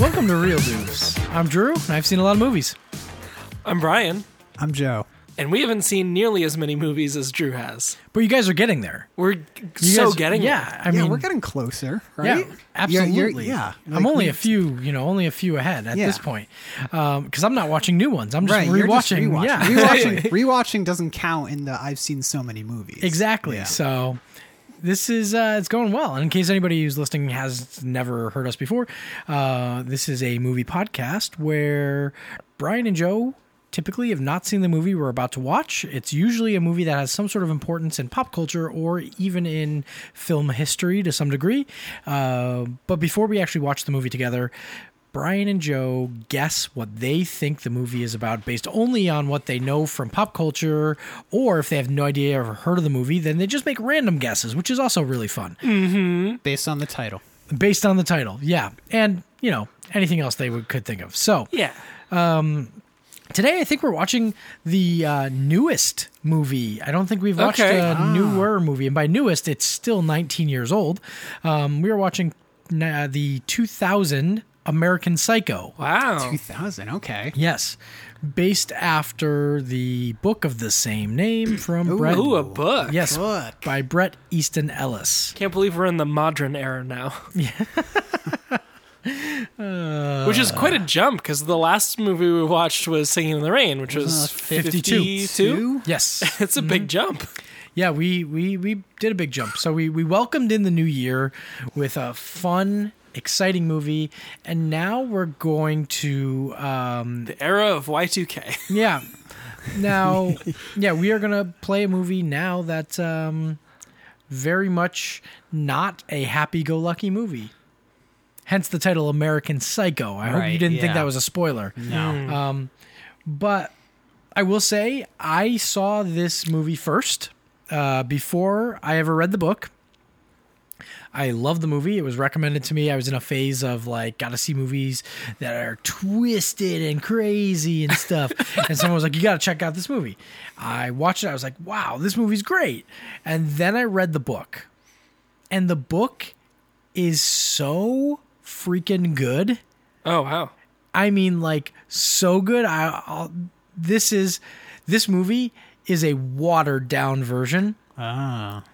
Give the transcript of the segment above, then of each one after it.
Welcome to Real News. I'm Drew, and I've seen a lot of movies. I'm Brian, I'm Joe. and we haven't seen nearly as many movies as Drew has. But you guys are getting there. We're You so guys- getting it. Yeah, I yeah, mean, we're getting closer, yeah, right? You're- absolutely. you're- yeah, I'm like, only we- a few, you know, only a few ahead at Yeah. this point, because I'm not watching new ones. I'm just right. You're just rewatching. rewatching. Yeah, rewatching, rewatching doesn't count in the I've seen so many movies. Exactly. Yeah. So this is uh, it's going well. And in case anybody who's listening has never heard us before, uh, this is a movie podcast where Brian and Joe typically have not seen the movie we're about to watch. It's usually a movie that has some sort of importance in pop culture or even in film history to some degree. Uh, but before we actually watch the movie together. Brian and Joe guess what they think the movie is about based only on what they know from pop culture, or if they have no idea or heard of the movie, then they just make random guesses, which is also really fun Based on the title. based on the title. Yeah. And, you know, anything else they would, could think of. So Yeah. today I think we're watching the uh, newest movie. I don't think we've watched Okay. a newer movie. And by newest, it's still 19 years old. Um, we are watching uh, the 2000 American Psycho. Wow. 2000. Okay. Yes, based after the book of the same name from Ooh. Brett. Ooh, a book. yes, Book. by Brett Easton Ellis. Can't believe we're in the modern era now. which is quite a jump because the last movie we watched was Singing in the Rain, which was 52. 52. Yes, It's a big jump. yeah, we we we did a big jump. So we we welcomed in the new year with a fun, exciting movie, and now we're going to um, The era of Y2K. yeah. Now, yeah, we are gonna play a movie now that's um, very much not a happy-go-lucky movie. Hence the title "American Psycho." I hope you Right, didn't think yeah. that was a spoiler. Hmm. No. But I will say, I saw this movie first uh, before I ever read the book. I love the movie. It was recommended to me. I was in a phase of like, gotta see movies that are twisted and crazy and stuff. and someone was like, you gotta check out this movie. I watched it. I was like, wow, this movie's great. And then I read the book. And the book is so freaking good. Oh, wow. I mean, like so good. I I'll, this is this movie is a watered down version. Ah.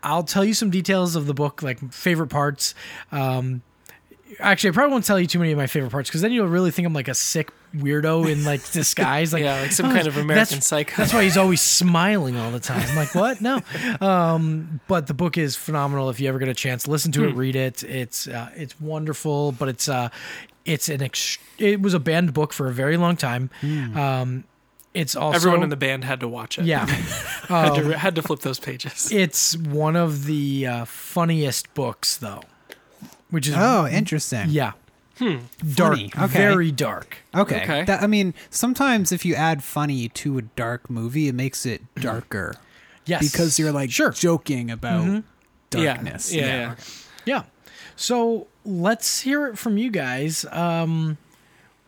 I'll tell you some details of the book, like favorite parts. Um, actually, I probably won't tell you too many of my favorite parts because then you'll really think I'm like a sick weirdo in like disguise, like Yeah, like some "Oh, kind of American that's- psycho." That's why he's always smiling all the time. I'm like, what? No. Um, but the book is phenomenal. If you ever get a chance, listen to it, Hmm. read it. It's uh, it's wonderful, but it's uh, it's an ex- it was a banned book for a very long time. Um, it's also Hmm. Everyone in the band had to watch it. yeah. Had, to, had to flip those pages. It's one of the uh, funniest books, though, which is Oh, interesting. yeah, dark, Funny, okay. very dark. Okay. Okay. That, I mean, sometimes if you add funny to a dark movie, it makes it darker Yes, because you're like sure, Mm-hmm. joking about Yeah. darkness. Yeah. yeah. yeah. So let's hear it from you guys. Um,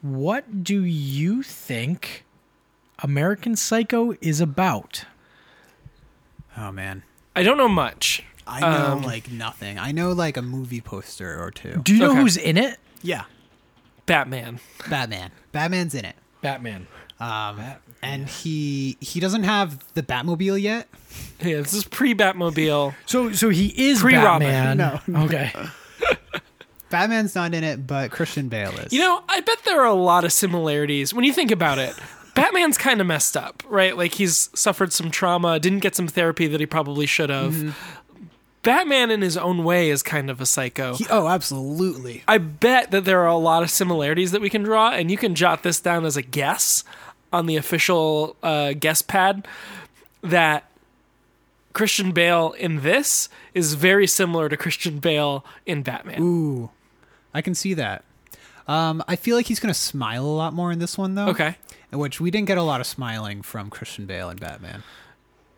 what do you think American Psycho is about? Oh man. I don't know much. I know Um, like nothing. I know like a movie poster or two. Do you know Okay. who's in it? yeah. Batman. Batman. Batman's in it. Batman. Um, and he he doesn't have the Batmobile yet. Yeah, this is pre Batmobile. So, so he is Pre-Robin. Batman. No. Okay. Batman's not in it, but Christian Bale is. You know, I bet there are a lot of similarities when you think about it. Batman's kind of messed up, right? Like he's suffered some trauma, didn't get some therapy that he probably should have. Mm-hmm. Batman, in his own way, is kind of a psycho. He- oh, absolutely. I bet that there are a lot of similarities that we can draw, and you can jot this down as a guess on the official uh, guess pad that Christian Bale in this is very similar to Christian Bale in Batman. Ooh, I can see that. Um, I feel like he's gonna smile a lot more in this one though. Okay, Which we didn't get a lot of smiling from Christian Bale and Batman.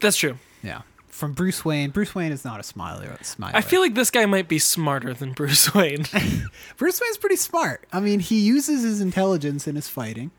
that's true. Yeah. From Bruce Wayne. Bruce Wayne is not a smiler. Smiler. I feel like this guy might be smarter than Bruce Wayne. Bruce Wayne's pretty smart. I mean, he uses his intelligence in his fighting.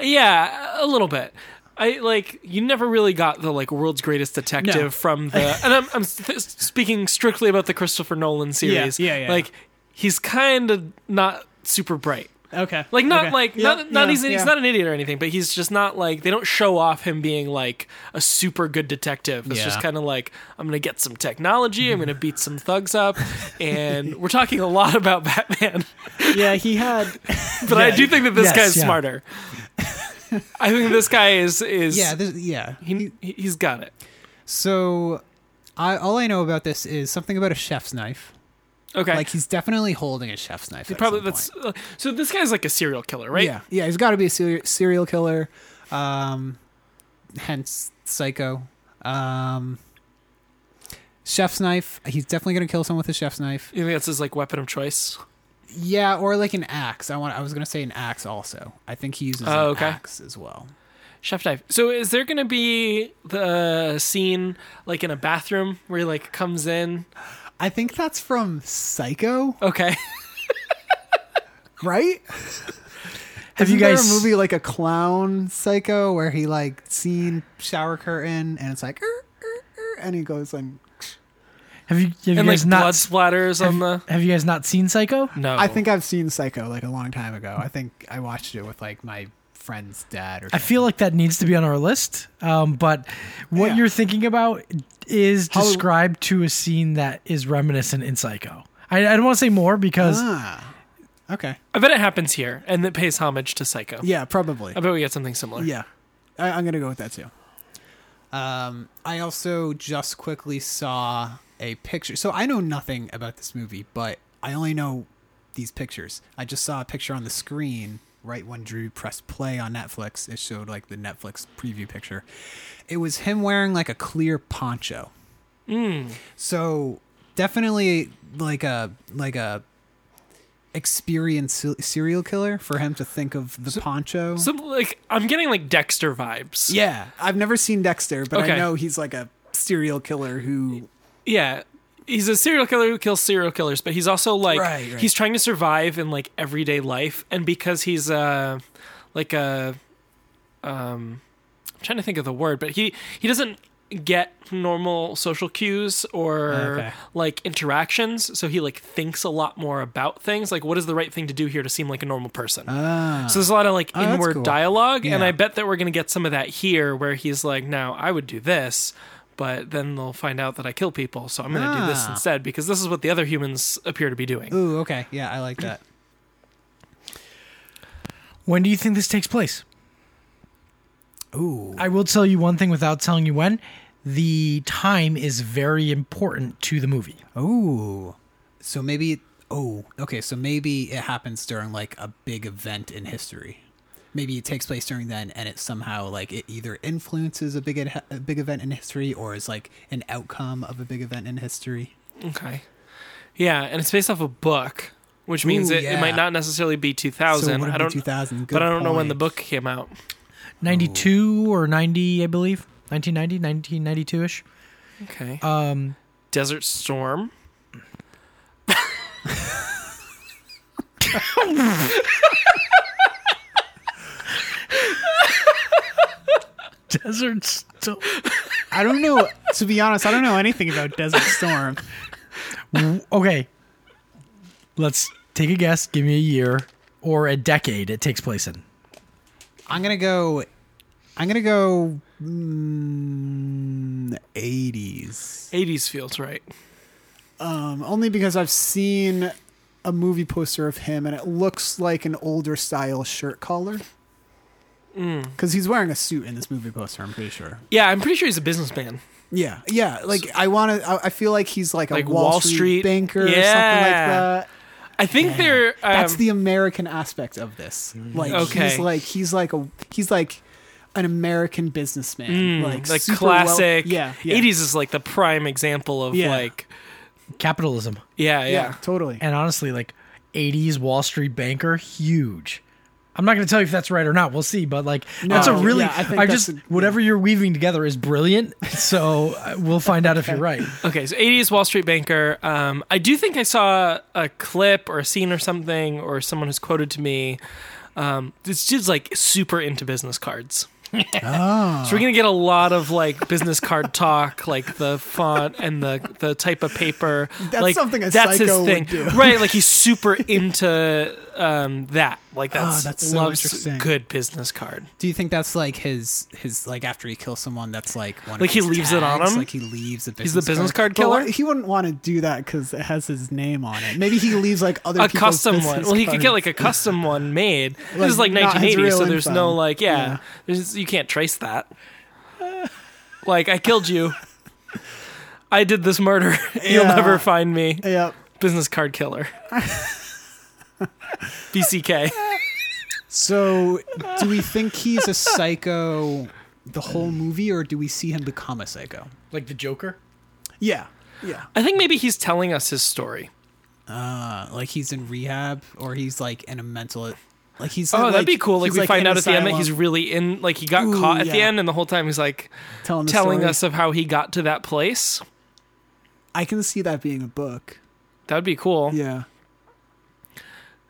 Yeah, a little bit. I like you never really got the like world's greatest detective No. from the, and I'm I'm th- speaking strictly about the Christopher Nolan series. yeah, yeah. Like he's kind of not super bright. Okay. Like not Okay. like Yeah, not, not yeah, he's, he's yeah. not an idiot or anything, but he's just not like they don't show off him being like a super good detective. It's Yeah. just kind of like I'm gonna get some technology, I'm gonna beat some thugs up, and we're talking a lot about Batman. Yeah, he had. But I do think that this Yes, guy's yeah. smarter. I think this guy is is Yeah, this, yeah. he he- he's got it. So, I all I know about this is something about a chef's knife. Okay, Like he's definitely holding a chef's knife. at probably some that's point. uh, so. This guy's like a serial killer, right? yeah, yeah. He's got to be a ser- serial killer, um, hence psycho. Um, chef's knife. He's definitely gonna kill someone with a chef's knife. You think that's his like weapon of choice? Yeah, or like an axe. I want. I was gonna say an axe also. I think he uses Oh, an okay. axe as well. Chef Dive. So is there going to be the scene like in a bathroom where he like comes in? I think that's from Psycho, Okay. right? Have Isn't you guys there a movie like a clown psycho where he like seen shower curtain and it's like "Er, er, er," and he goes and have you have you and like guys blood not splatters on the have you guys not seen Psycho? No. I think I've seen Psycho like a long time ago. I think I watched it with like my friend's dad or I something. feel like that needs to be on our list. Um, but what Yeah. you're thinking about is How- described to a scene that is reminiscent in Psycho. I, I don't want to say more because ah. Okay. I bet it happens here and it pays homage to Psycho. Yeah, probably. I bet we get something similar. Yeah. I, I'm going to go with that too. Um, I also just quickly saw a picture. So I know nothing about this movie, but I only know these pictures. I just saw a picture on the screen right when Drew pressed play on Netflix. It showed like the Netflix preview picture. It was him wearing like a clear poncho. Hmm. So definitely like a like a experienced se- serial killer for him to think of the poncho. So like I'm getting like Dexter vibes. Yeah, I've never seen Dexter, but Okay. I know he's like a serial killer who. Yeah. He's a serial killer who kills serial killers, but he's also like Right, right. he's trying to survive in like everyday life and because he's uh like a um I'm trying to think of the word, but he he doesn't get normal social cues or Okay. like interactions, so he like thinks a lot more about things, like what is the right thing to do here to seem like a normal person. Ah, So there's a lot of like Oh, that's inward cool. dialogue, and Yeah. I bet that we're gonna get some of that here, where he's like, "Now I would do this, but then they'll find out that I kill people, so I'm gonna do this Ah. instead because this is what the other humans appear to be doing." ooh, okay, yeah, I like that. when do you think this takes place? Ooh, I will tell you one thing without telling you when. The time is very important to the movie. Oh. ooh. So maybe. Oh, okay. So maybe it happens during like a big event in history. Maybe it takes place during then, and it somehow like it either influences a big ed- a big event in history, or is like an outcome of a big event in history. Okay, yeah, and it's based off a book, which means Ooh, it, it yeah. might not necessarily be 2000. So Oh, I don't, two thousand. but I don't know when the book came out. 92 or 90, I believe. 1990, 1992-ish. Okay, Um, Desert Storm. Desert Storm. I don't know. to be honest, I don't know anything about Desert Storm. Okay. Let's take a guess. Give me a year or a decade it takes place in. I'm gonna go. I'm gonna go. mm, 80s. 80s feels right. Um, only because I've seen a movie poster of him and it looks like an older style shirt collar. Mm. Because he's wearing a suit in this movie poster. I'm pretty sure. Yeah, I'm pretty sure he's a businessman. Yeah, yeah. Like I want to. I, I feel like he's like a Like Wall, Wall Street, Street. banker or something like Yeah. that. I think they're um, That's the American aspect of this. Like Okay. he's like he's like a he's like an American businessman. Mm, like like, super classic Well, yeah, yeah, 80s is like the prime example of Yeah. like Capitalism. yeah yeah, Yeah, totally. And honestly, like 80s Wall Street banker, huge. I'm not going to tell you if that's right or not. We'll see. But like, that's a No, really, yeah, I think I, that's just, a- yeah. whatever you're weaving together is brilliant. So uh, we'll find out if you're right. okay so 80s wall street banker um, i do think i saw a clip or a scene or something or someone has quoted to me um, this dude's like super into business cards so we're gonna get a lot of like business card talk, like the font and the the type of paper. That's like, something a that's his psycho thing, would do. right? Like he's super into um, that. Like that's, Oh, that's so Love's interesting. good business card. Do you think that's like his his like after he kills someone that's like one of Like, he his leaves it on tags? him? Like he leaves a business He's the business card But killer. why- he wouldn't want to do that because it has his name on it. Maybe he leaves like other a people's custom business one. Well, he could get cards. like a custom one made. this is like not his 1980, so real there's info. no like, yeah, Yeah. There's, you can't trace that. like I killed you. I did this murder. You'll Yeah. never find me. Yep. Business card killer. BCK. So, do we think he's a psycho the whole movie, or do we see him become a psycho? Like the Joker? Yeah. Yeah. I think maybe he's telling us his story. Uh, like he's in rehab, or he's like in a mental, like he's. Oh, that'd be cool. Like he's, we find in out at the end that asylum he's really in. Like he got Ooh, caught at the yeah. end, and the whole time he's like Telling, the telling story. us of how he got to that place. I can see that being a book. That would be cool. Yeah.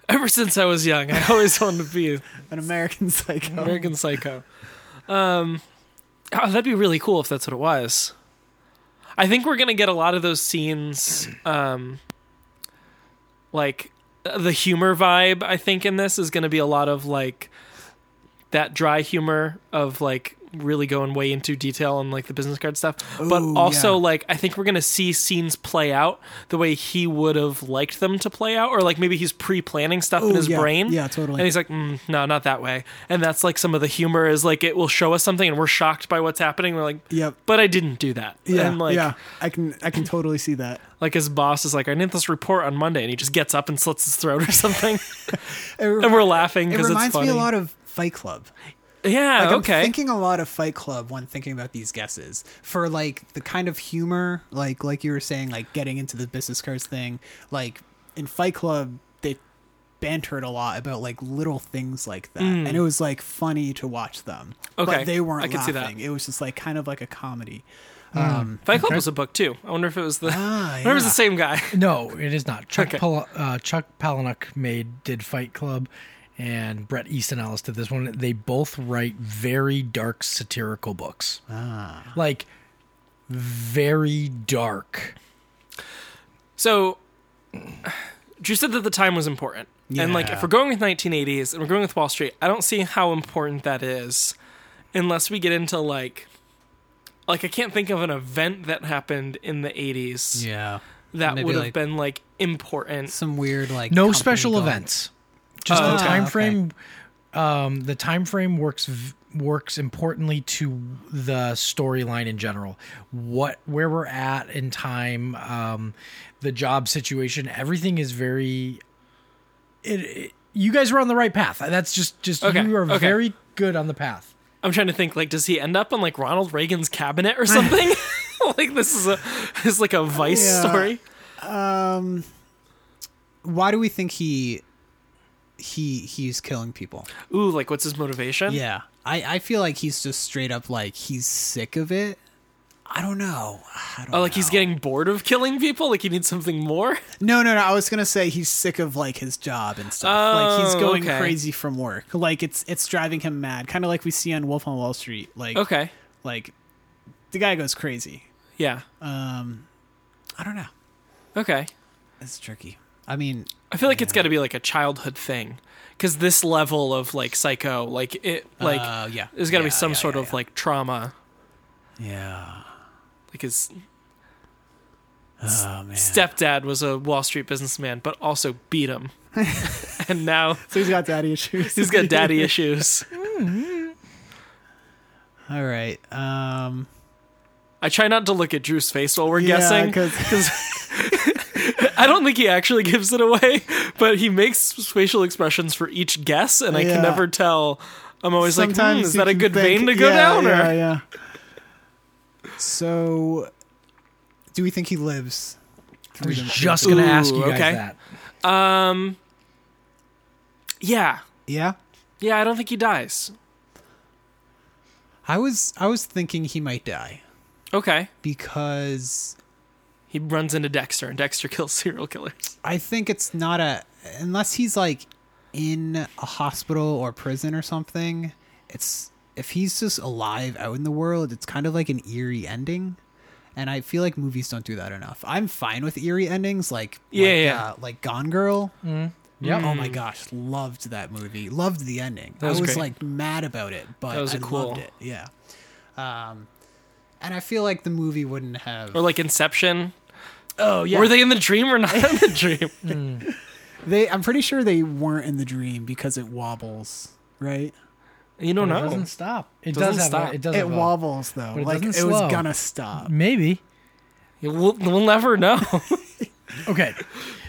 Ever since I was young, I always wanted to be An American Psycho. American Psycho. Um, oh, that'd be really cool if that's what it was. I think we're gonna get a lot of those scenes, um, like uh, the humor vibe. I think in this is gonna be a lot of like that dry humor of like really going way into detail on like the business card stuff. but Ooh, also yeah. like I think we're gonna see scenes play out the way he would have liked them to play out, or like maybe he's pre-planning stuff in Ooh, his yeah. brain. Yeah, totally. And he's like, mm, no, not that way. And that's like some of the humor is like it will show us something, and we're shocked by what's happening. We're like, Yep. but I didn't do that. Yeah. And like, yeah. I can I can totally see that. like his boss is like, I need this report on Monday, and he just gets up and slits his throat or something, It, rem- and we're laughing it because it's reminds funny. me a lot of Fight Club. yeah. Like, okay. I'm thinking a lot of Fight Club when thinking about these guesses for like the kind of humor, like like you were saying, like getting into the business cards thing. Like in Fight Club, they bantered a lot about like little things like that, and it was like funny to watch them. Hmm. Okay, but they weren't I can see laughing. that. It was just like kind of like a comedy. Fight Club was a book too. I wonder if it was the. Ah, I wonder if it was yeah. the same guy. No, it is not. Chuck Okay. Pal- uh, Chuck Palahniuk made did Fight Club, and Brett Easton Ellis did this one. They both write very dark satirical books, Ah. like very dark. So, Drew said that the time was important. And like, if Yeah. we're going with 1980s and we're going with Wall Street, I don't see how important that is, unless we get into like, like I can't think of an event that happened in the 80s Yeah, that maybe, would have like- been like important. some weird like No company special going- events. Just Oh, the okay. time frame. Um, the time frame works v- works importantly to the storyline in general. What where we're at in time, um, the job situation, everything is very. It, it- you guys were on the right path. That's just just Okay, you are okay. very good on the path. I'm trying to think. Like, does he end up in like Ronald Reagan's cabinet or something? like this is a this is like a Vice Yeah. story. Why do we think he he he's killing people? Ooh, like what's his motivation? Yeah. I, I feel like he's just straight up like he's sick of it. I don't know. I don't Oh, like he's know. getting bored of killing people. Like he needs something more. No, no, no. I was gonna say he's sick of like his job and stuff. like he's Oh, going okay. crazy from work. Like it's it's driving him mad. Kinda like we see on Wolf on Wall Street. Like Okay. like the guy goes crazy. Yeah. Um I don't know. Okay. It's tricky. I mean I feel like it's got to be like a childhood thing, because this level of like psycho, like it, like Oh, uh, yeah. there's got to be Yeah, some yeah, sort yeah, of like trauma, Yeah. like his Oh man. stepdad was a Wall Street businessman, but also beat him, and now So he's got daddy issues. he's got daddy issues. All right. Um I try not to look at Drew's face while we're Yeah, guessing. 'cause- I don't think he actually gives it away, but he makes facial expressions for each guess, and I Yeah. can never tell. I'm always like, hmm, Sometimes is you that a can good think- vein to go yeah, down? Or Yeah, yeah. so do we think he lives? I was through the- just gonna ask you Ooh, guys okay. that. Um. Yeah. Yeah. Yeah, I don't think he dies. I was I was thinking he might die Okay. because He runs into Dexter, and Dexter kills serial killers. I think it's not a unless he's like in a hospital or prison or something. It's if he's just alive out in the world, it's kind of like an eerie ending. And I feel like movies don't do that enough. I'm fine with eerie endings, like Yeah, like, yeah. uh, like Gone Girl. Mm, Yep. Oh my gosh, loved that movie. Loved the ending. That was I was great. like mad about it, but That was I cool. loved it. Yeah. Um, and I feel like the movie wouldn't have. Or like Inception. oh yeah, Were they in the dream or not in the dream? They. I'm pretty sure they weren't in the dream because it wobbles, right? You don't It know. doesn't stop. It Doesn't does have. stop. A, it does. It have a- wobbles though. it like it doesn't slow. was gonna stop. Maybe. We'll, we'll never know. Okay.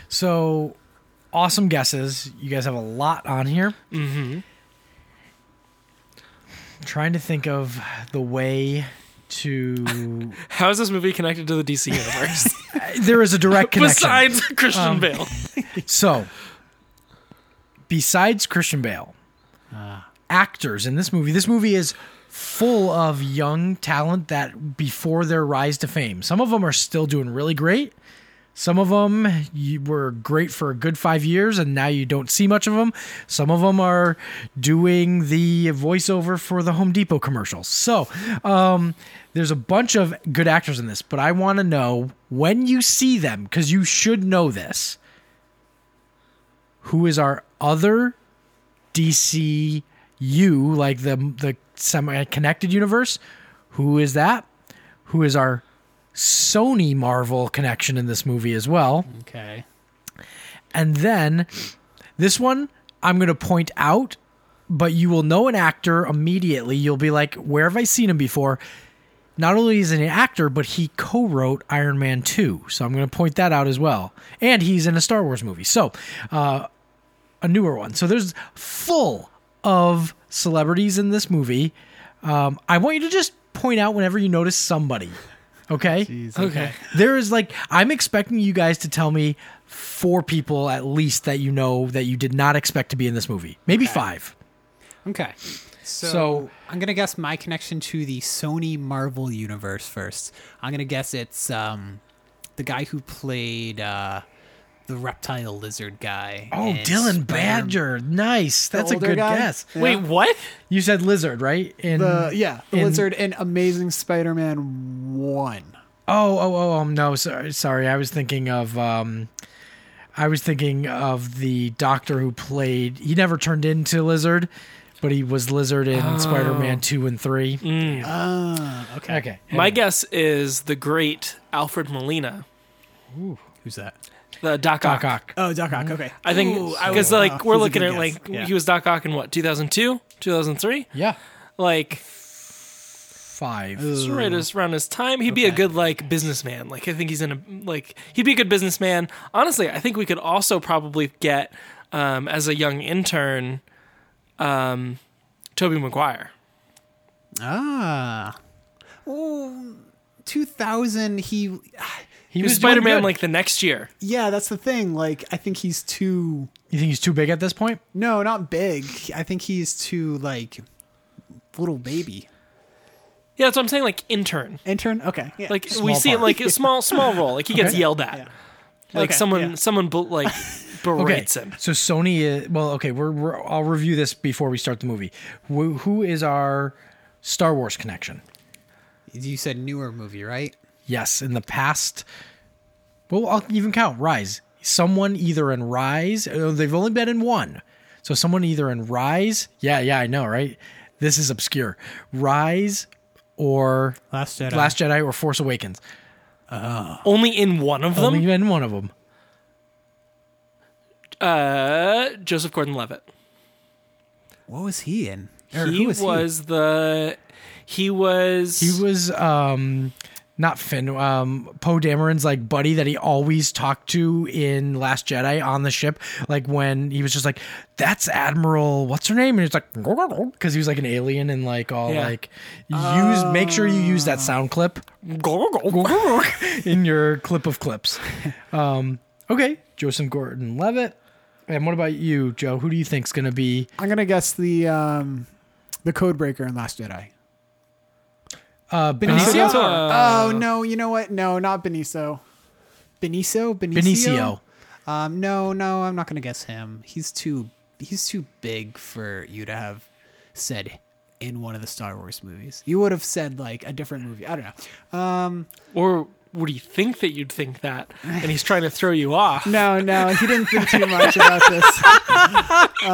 So, awesome guesses. You guys have a lot on here. Mm-hmm. Trying to think of the way to. How is this movie connected to the DC universe? there is a direct connection. Besides Christian Bale. So, besides Christian Bale, actors in this movie, this movie is full of young talent that before their rise to fame, some of them are still doing really great. Some of them you were great for a good five years, and now you don't see much of them. Some of them are doing the voiceover for the Home Depot commercials. So um, there's a bunch of good actors in this, but I want to know when you see them, because you should know this who is our other DCU, like the the semi connected universe. Who is that? Who is our Sony Marvel connection in this movie as well? Mm. Okay. And then this one I'm going to point out, but you will know an actor immediately. You'll be like, where have I seen him before? Not only is he an actor, but he co wrote Iron Man 2. So I'm going to point that out as well. And he's in a Star Wars movie. So uh, a newer one. So there's full of celebrities in this movie. Um, I want you to just point out whenever you notice somebody. Okay? Okay. there is like I'm expecting you guys to tell me four people at least that you know that you did not expect to be in this movie. Maybe five. Okay. So, So- I'm gonna guess my connection to the Sony Marvel universe first. I'm gonna guess it's um, the guy who played uh, the reptile lizard guy. Oh, in Dylan Spider- Badger. Nice. That's a older good guy? guess. Yeah. Wait, what? You said lizard, right? And The yeah, the in- lizard in Amazing Spider-Man one. Oh, oh, oh, um, no, sorry, sorry. I was thinking of, um, I was thinking of the doctor who played. He never turned into Lizard, but he was Lizard in Spider-Man two and three. Ah, okay. Okay, Mm. My guess is the great Alfred Molina, Who's that? the Doc Ock. Doc Ock. Oh, Doc Ock. Okay. I think Ooh, I because would- like uh, we're he's a looking at good it guess. like Yeah. he was Doc Ock in what 2002, 2003, Yeah, like five. it's right as- around his time. He'd be a good like businessman. Like I think he's in a like he'd be a good businessman. Honestly, I think we could also probably get um, as a young intern, um, Toby Maguire. Ah. Oh, 2000 he He was was doing Spider Man good. like the next year. Yeah, that's the thing. Like, I think he's too. You think he's too big at this point? No, not big. I think he's too like little baby. Yeah, that's what I'm saying. Like intern. Intern. Okay. Yeah. Like we Small see him part. like a small small role. Like he gets yelled at. Like Okay, someone yeah. someone bu- like berates him. So Sony. Is, well, okay. We're, we're. I'll review this before we start the movie. Who, who is our Star Wars connection? You said newer movie, right? Yes, in the past. Well, I'll even count Rise. Someone either in Rise, oh, they've only been in one. So someone either in Rise, yeah, yeah, I know, right? This is obscure. Rise or Last Jedi. Last Jedi or Force Awakens. Only in one of them. Only been in one of them. uh, Joseph Gordon Levitt. What was he in? Or He who was, he? the he was He was um not Finn, um, Poe Dameron's like buddy that he always talked to in Last Jedi on the ship. Like when he was just like, "That's Admiral, what's her name?" And it's like, because he was like an alien and like all Yeah. like, use make sure you use that sound clip in your clip of clips. Um, okay, Joseph Gordon-Levitt. And what about you, Joe? Who do you think's gonna be? I'm gonna guess the um, the codebreaker in Last Jedi. Uh, Benicio. Benicio. Uh, Ah. oh no! You know what? No, not Benicio. Benicio. Benicio. Benicio. Um, no, no, I'm not gonna guess him. He's too he's too big for you to have said in one of the Star Wars movies. You would have said like a different movie. I don't know. Um, or what do you think that you'd think that? And he's trying to throw you off. No, no, he didn't think too much about this.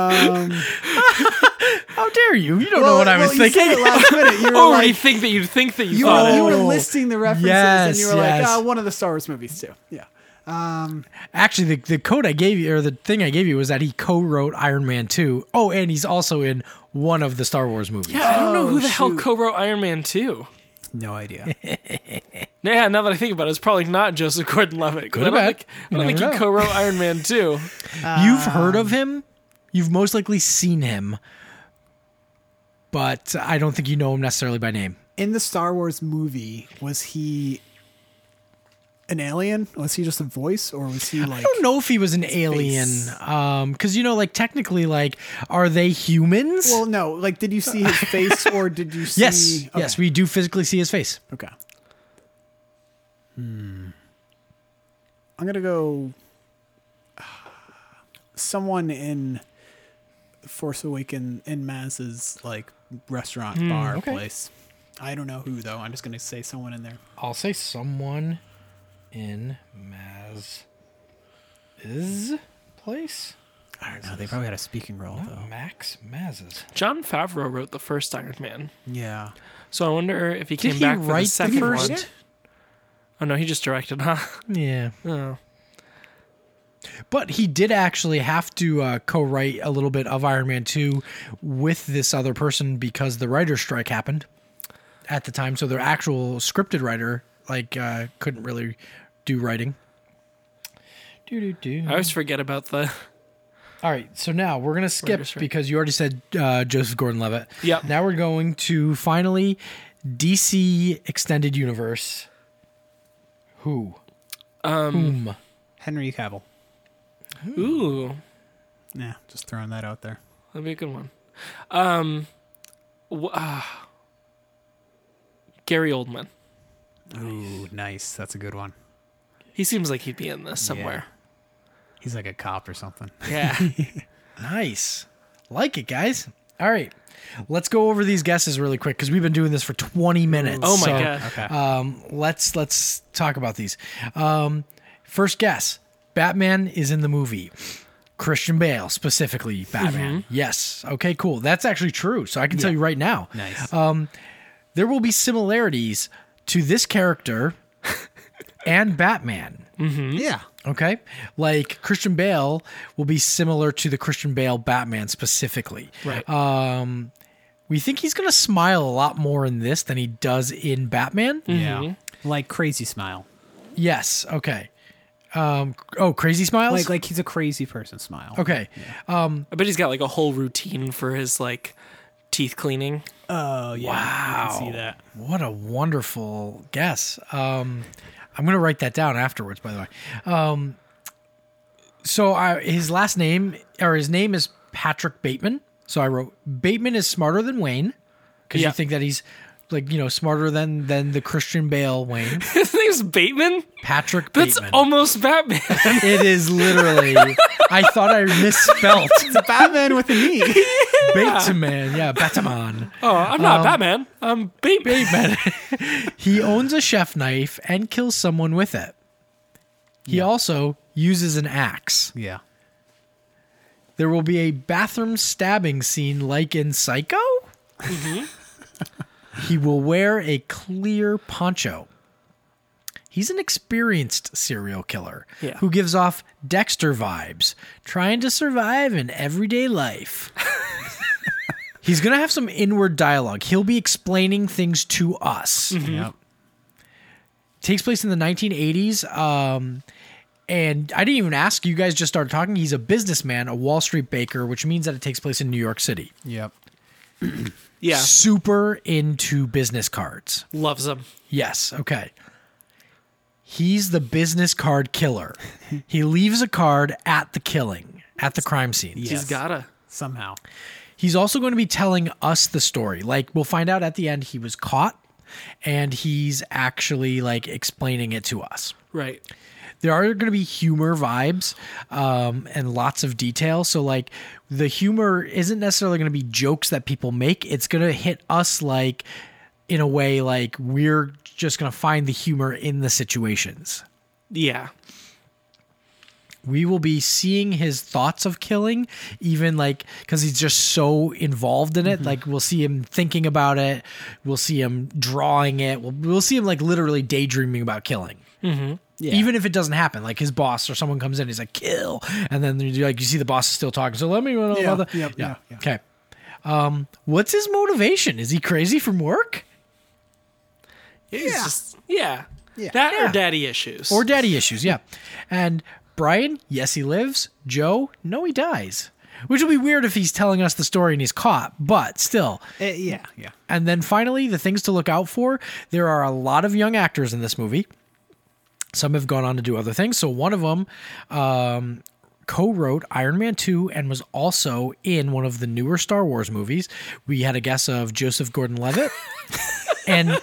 How dare you? You don't know what I was well, you thinking. said it last minute. You were Or what do you like, think that you'd think that you, you thought were, it? you were Oh. listing the references, and Yes, you were yes. like, oh, one of the Star Wars movies too. Yeah, Actually, the, the code I gave you, or the thing I gave you, was that he co wrote Iron Man 2. Oh, and he's also in one of the Star Wars movies. Yeah, I don't know Oh, who the hell co-wrote Iron Man 2. No idea. Yeah, now that I think about it, it's probably not Joseph Gordon-Levitt. I have don't been. think, I You don't think never he know. co-wrote Iron Man 2. You've Uh, heard of um, him, you've most likely seen him, but I don't think you know him necessarily by name. in the Star Wars movie, was he an alien? Was he just a voice, or was he like? I don't know if he was an alien, um, because you know, like technically, like, are they humans? Well, no. Like, did you see his face, or did you see? yes, okay. yes, we do physically see his face. Okay. Hmm. Hmm. I'm gonna go. Someone in Force Awaken in Maz's like restaurant Hmm, bar okay. place. I don't know who though. I'm just gonna say someone in there. I'll say someone in Maz is place. I don't know. They probably had a speaking role Oh. though. Max Maz's. John Favreau wrote the first Iron Man. Yeah. So I wonder if he Did came he back for write the the second first? one. Oh no, he just directed, huh? Yeah. Oh. But he did actually have to uh, co-write a little bit of Iron Man 2 with this other person because the writer's strike happened at the time, so their actual scripted writer like uh, couldn't really do writing. Do do I do. always forget about the All right, so now we're gonna skip Writer's strike. because you already said uh, Joseph Gordon-Levitt. Yep. Now we're going to finally DC Extended Universe. Who? Um. Hmm. Whom? Henry Cavill. Hmm. ooh. Yeah, just throwing that out there. That'd be a good one. Um, wh- ah. Gary Oldman. Ooh, nice. That's a good one. He seems like he'd be in this somewhere. He's like a cop or something. Yeah. Nice. Like it, guys. All right. Let's go over these guesses really quick because we've been doing this for 20 minutes. Oh my so, god. Um, let's let's talk about these. Um, first guess: Batman is in the movie. Christian Bale, specifically Batman. Mm-hmm. Yes. Okay. Cool. That's actually true. So I can tell you right now, Nice. there will be similarities to this character and Batman. Yeah. Okay. Like Christian Bale will be similar to the Christian Bale Batman specifically. Right. Um we think he's going to smile a lot more in this than he does in Batman. Yeah. Like crazy smile. Yes. Okay. Um oh, crazy smiles? Like like he's a crazy person smile. okay. I bet he's got like a whole routine for his like teeth cleaning. Oh yeah. I Wow. can see that. What a wonderful guess. Um, I'm going to write that down afterwards, by the way. Um, so I, his last name, or his name is Patrick Bateman. So I wrote Bateman is smarter than Wayne because Yeah. you think that he's like you know smarter than than the Christian Bale Wayne. His name's Bateman. Patrick That's Bateman. almost Batman. it is literally. I thought I misspelt Batman with a knee. Bateman. Yeah, Batman. oh, I'm not Batman. I'm Bateman. Um, Bateman. he owns a chef knife and kills someone with it. He also uses an axe. Yeah. There will be a bathroom stabbing scene like in Psycho. he will wear a clear poncho. He's an experienced serial killer Yeah. who gives off Dexter vibes, trying to survive in everyday life. He's going to have some inward dialogue. He'll be explaining things to us Mm-hmm. Yep. takes place in the 1980s. Um, and I didn't even ask. You guys just started talking. He's a businessman, a Wall Street baker, which means that it takes place in New York City. Yep. Yeah. Super into business cards. Loves him. Yes. Okay. He's the business card killer. he leaves a card at the killing, at the crime scene. He's gotta. Somehow. He's also going to be telling us the story. Like we'll find out at the end he was caught and he's actually like explaining it to us. Right. there are going to be humor vibes um, and lots of detail. So, like, the humor isn't necessarily going to be jokes that people make. It's going to hit us like in a way like we're just going to find the humor in the situations. Yeah. We will be seeing his thoughts of killing, even like because he's just so involved in it. Mm-hmm. Like we'll see him thinking about it, we'll see him drawing it, we'll, we'll see him like literally daydreaming about killing. Mm-hmm. Yeah. Even if it doesn't happen, like his boss or someone comes in, he's like kill, and then you like you see the boss is still talking. So let me run Yeah, over the yep, yeah, yeah. Okay. Um, what's his motivation? Is he crazy from work It's Yeah. just yeah. Yeah. That Yeah. or daddy issues. or daddy issues? Yeah. And Brian, yes, he lives. Joe, no, he dies. Which will be weird if he's telling us the story and he's caught, but still. Eh, yeah, yeah. And then finally, the things to look out for. There are a lot of young actors in this movie. Some have gone on to do other things. So one of them um, co-wrote Iron Man 2 and was also in one of the newer Star Wars movies. We had a guess of Joseph Gordon-Levitt and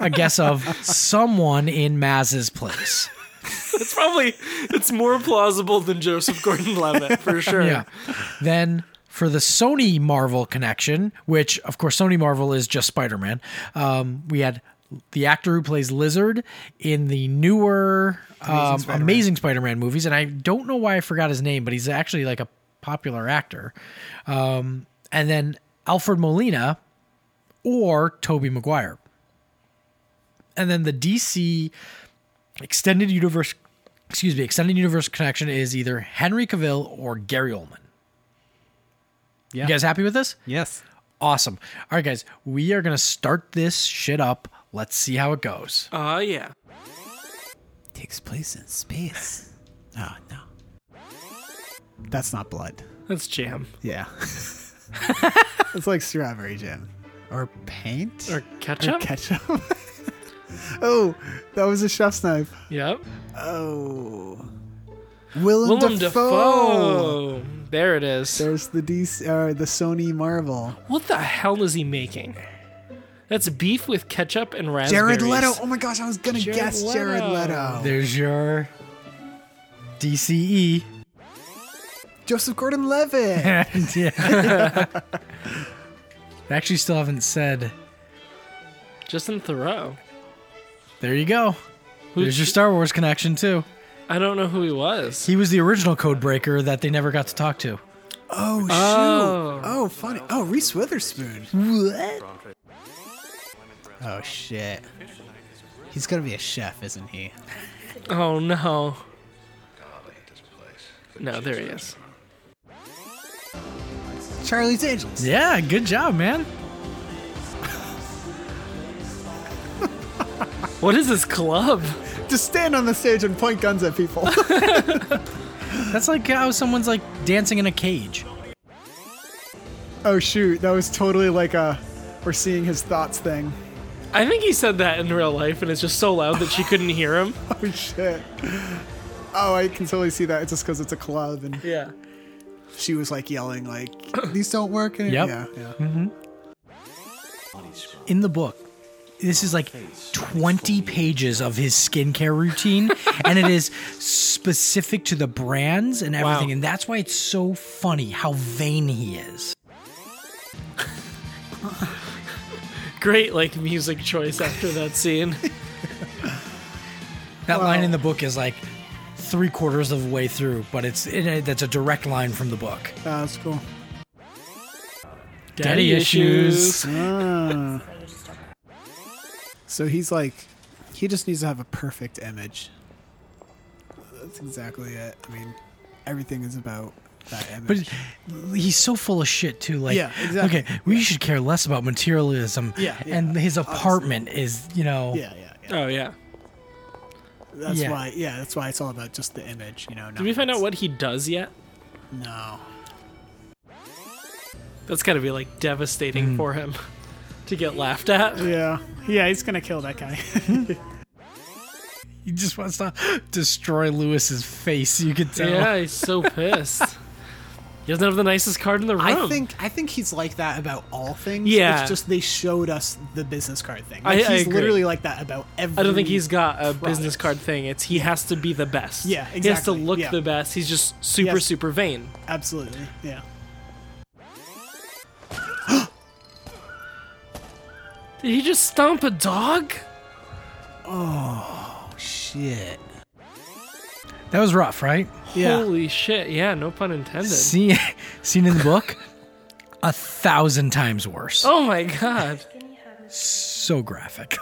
a guess of someone in Maz's place. It's probably it's more plausible than Joseph Gordon-Levitt for sure. Yeah. Then for the Sony Marvel connection, which of course Sony Marvel is just Spider Man, um, we had the actor who plays Lizard in the newer um, Amazing Spider Man movies, and I don't know why I forgot his name, but he's actually like a popular actor. Um, and then Alfred Molina or Toby Maguire. And then the DC extended universe excuse me extended universe connection is either henry cavill or gary oldman Yeah. you guys happy with this Yes. awesome all right guys we are gonna start this shit up let's see how it goes Uh yeah. Takes place in space. Oh no. That's not blood. That's jam. Yeah. It's like strawberry jam Or paint. Or ketchup? ketchup. oh, that was a chef's knife. yep. Oh, Willem, Willem Dafoe. Dafoe. There it is. There's the DC, uh, the Sony Marvel. What the hell is he making? That's beef with ketchup and raspberries. Jared Leto. Oh my gosh, I was gonna Jared guess Jared Leto. Leto. there's your E. dce Joseph Gordon-Levitt. yeah I actually still haven't said Justin Thoreau. there you go there's your star wars connection too I don't know who he was. he was the original code breaker that they never got to talk to oh shoot. Oh. Oh. funny. Oh, Reese Witherspoon. what Oh shit. He's gonna be a chef, isn't he? Oh no. No, there he is. Charlie's Angels. yeah good job man What is this club? Just stand on the stage and point guns at people. that's like how someone's like dancing in a cage oh shoot, that was totally like a we're seeing his thoughts thing. I think he said that in real life, and it's just so loud that she couldn't hear him. Oh shit. Oh, I can totally see that. It's just because it's a club, and Yeah. she was like yelling, like these don't work. And Yep. Yeah, yeah. in the book this is like 20 pages of his skincare routine and it is specific to the brands and everything Wow. and that's why it's so funny how vain he is Great, like music choice after that scene. that line in the book is like three quarters of the way through but it's it, it- that's a direct line from the book That's cool. Daddy issues. Ah. so he's like, he just needs to have a perfect image. That's exactly it. I mean, everything is about that but image. he's so full of shit too like Yeah, exactly. okay we should care less about materialism Yeah, yeah, and his apartment is you know yeah, yeah, yeah. Oh yeah. That's yeah. why. Yeah, that's why it's all about just the image. You know. Did we find out what he does yet? No. That's gotta be like devastating Hmm. for him to get laughed at. Yeah. Yeah, he's gonna kill that guy. he just wants to destroy lewis's face you could tell Yeah, he's so pissed. He doesn't have the nicest card in the room. I think I think he's like that about all things. Oh. Yeah. It's just they showed us the business card thing. I- Like, I he's agree. literally like that about every. I don't think he's got a business card thing. It's he has to be the best. Yeah, He has to exactly, look yeah. the best. He's just super, Yes. super vain. Absolutely. Yeah. Did he just stomp a dog? Shit. That was rough, right? Yeah. Holy shit. Yeah, no pun intended. See, seen in the book, a thousand times worse. Oh my god. So graphic.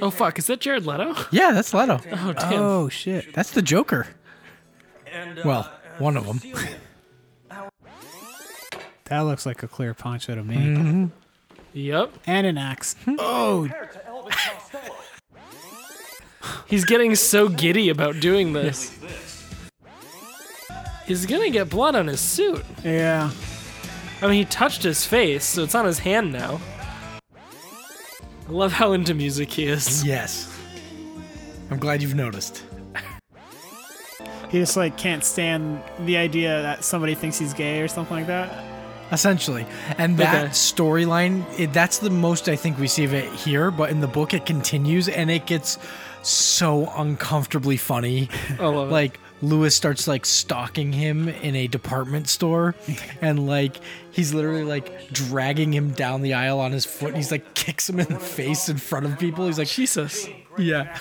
Oh fuck, is that Jared Leto? yeah, that's Leto. Oh damn. Oh shit. That's the Joker. uh, Well, one of them. That looks like a clear poncho to me. Yep. And an axe. Oh, He's getting so giddy about doing this. He's gonna get blood on his suit. yeah. I mean, he touched his face, so it's on his hand now. I love how into music he is. Yes. I'm glad you've noticed. He just like can't stand the idea that somebody thinks he's gay or something like that. Essentially. And that Okay. storyline, it- that's the most I think we see of it here, but in the book it continues and it gets so uncomfortably funny. I love it. like Lewis starts like stalking him in a department store and like he's literally like dragging him down the aisle on his foot and he's like kicks him in the face in front of people. He's like, Jesus. yeah.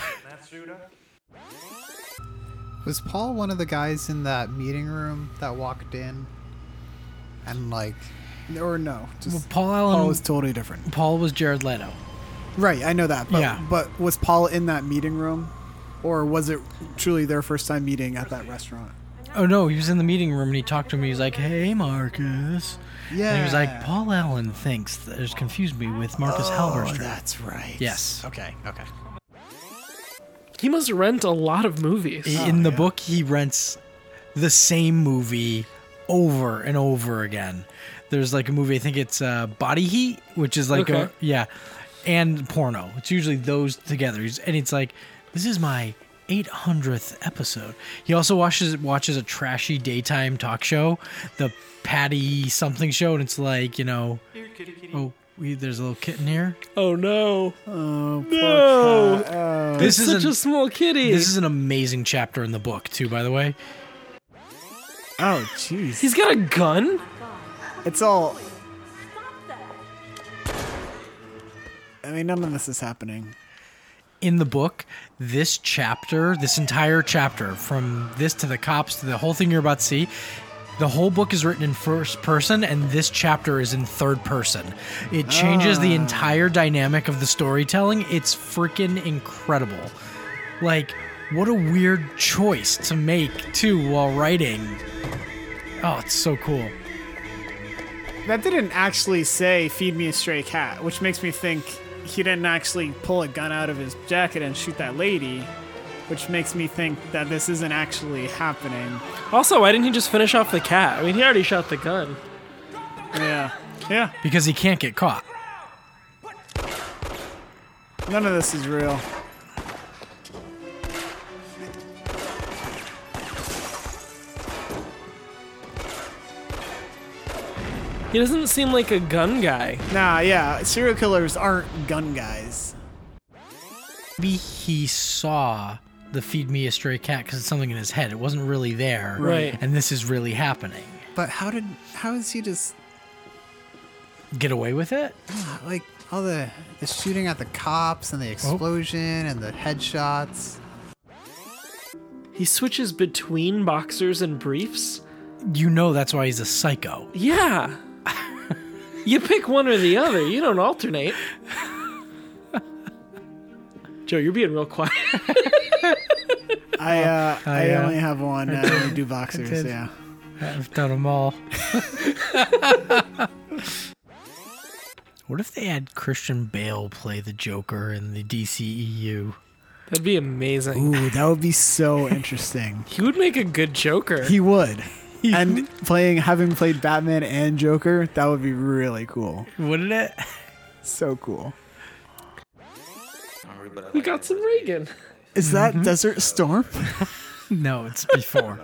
Was Paul one of the guys in that meeting room that walked in? And like, Or no. Just Paul Allen Paul was totally different. Paul was Jared Leto. Right, I know that. But, Yeah. But was Paul in that meeting room, or was it truly their first time meeting at that restaurant? Oh no, he was in the meeting room and he talked to me. He's like, "Hey, Marcus." yeah. And he was like, "Paul Allen thinks that has confused me with Oh, Marcus Halberstrom." That's right. Yes. Okay. Okay. He must rent a lot of movies. I- in the book, he rents the same movie over and over again. There's like a movie, I think it's uh, Body Heat, which is like a Okay. yeah, and porno. It's usually those together, He's- and it's like this is my 800th episode. He also watches watches a trashy daytime talk show, the Patty something show, and it's like you know, oh, we, there's a little kitten here. Oh no. Oh, No. This Uh, Such is an, a small kitty. this is an amazing chapter in the book too, by the way. oh, jeez. He's got a gun? It's all. I mean, none of this is happening. in the book, this chapter, this entire chapter, from this to the cops to the whole thing you're about to see, the whole book is written in first person, and this chapter is in third person. It changes the entire dynamic of the storytelling. It's freaking incredible. Like, what a weird choice to make, too, while writing. Oh, it's so cool. That didn't actually say "feed me a stray cat," which makes me think he didn't actually pull a gun out of his jacket and shoot that lady, which makes me think that this isn't actually happening. Also, why didn't he just finish off the cat? I mean, he already shot the gun. Yeah. Yeah. Because he can't get caught. None of this is real. He doesn't seem like a gun guy. Nah, yeah, serial killers aren't gun guys. Maybe he saw the feed me a stray cat because it's something in his head. It wasn't really there. Right. And this is really happening. But how did? How is he just Get away with it? like all the the shooting at the cops and the explosion and the headshots? He switches between boxers and briefs. You know that's why he's a psycho. Yeah. you pick one or the other. You don't alternate. Joe, you're being real quiet. I uh, I Oh, yeah. only have one. I only do boxers. did. Yeah. I've done them all. what if they had Christian Bale play the Joker in the E DCEU? That'd be amazing. Ooh, that would be so interesting. He would make a good Joker. he would. And playing, having played Batman and Joker, that would be really cool. Wouldn't it? So cool. we got some Reagan. Is that Mm-hmm. Desert Storm? No, it's before.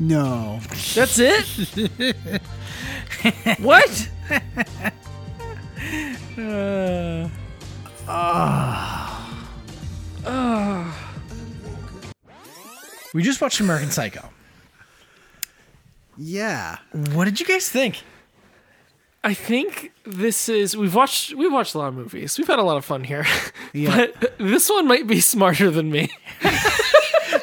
No. That's it? what? Uh, we just watched American Psycho. Yeah. What did you guys think? I think this is we've watched we've watched a lot of movies. We've had a lot of fun here. Yeah. But this one might be smarter than me.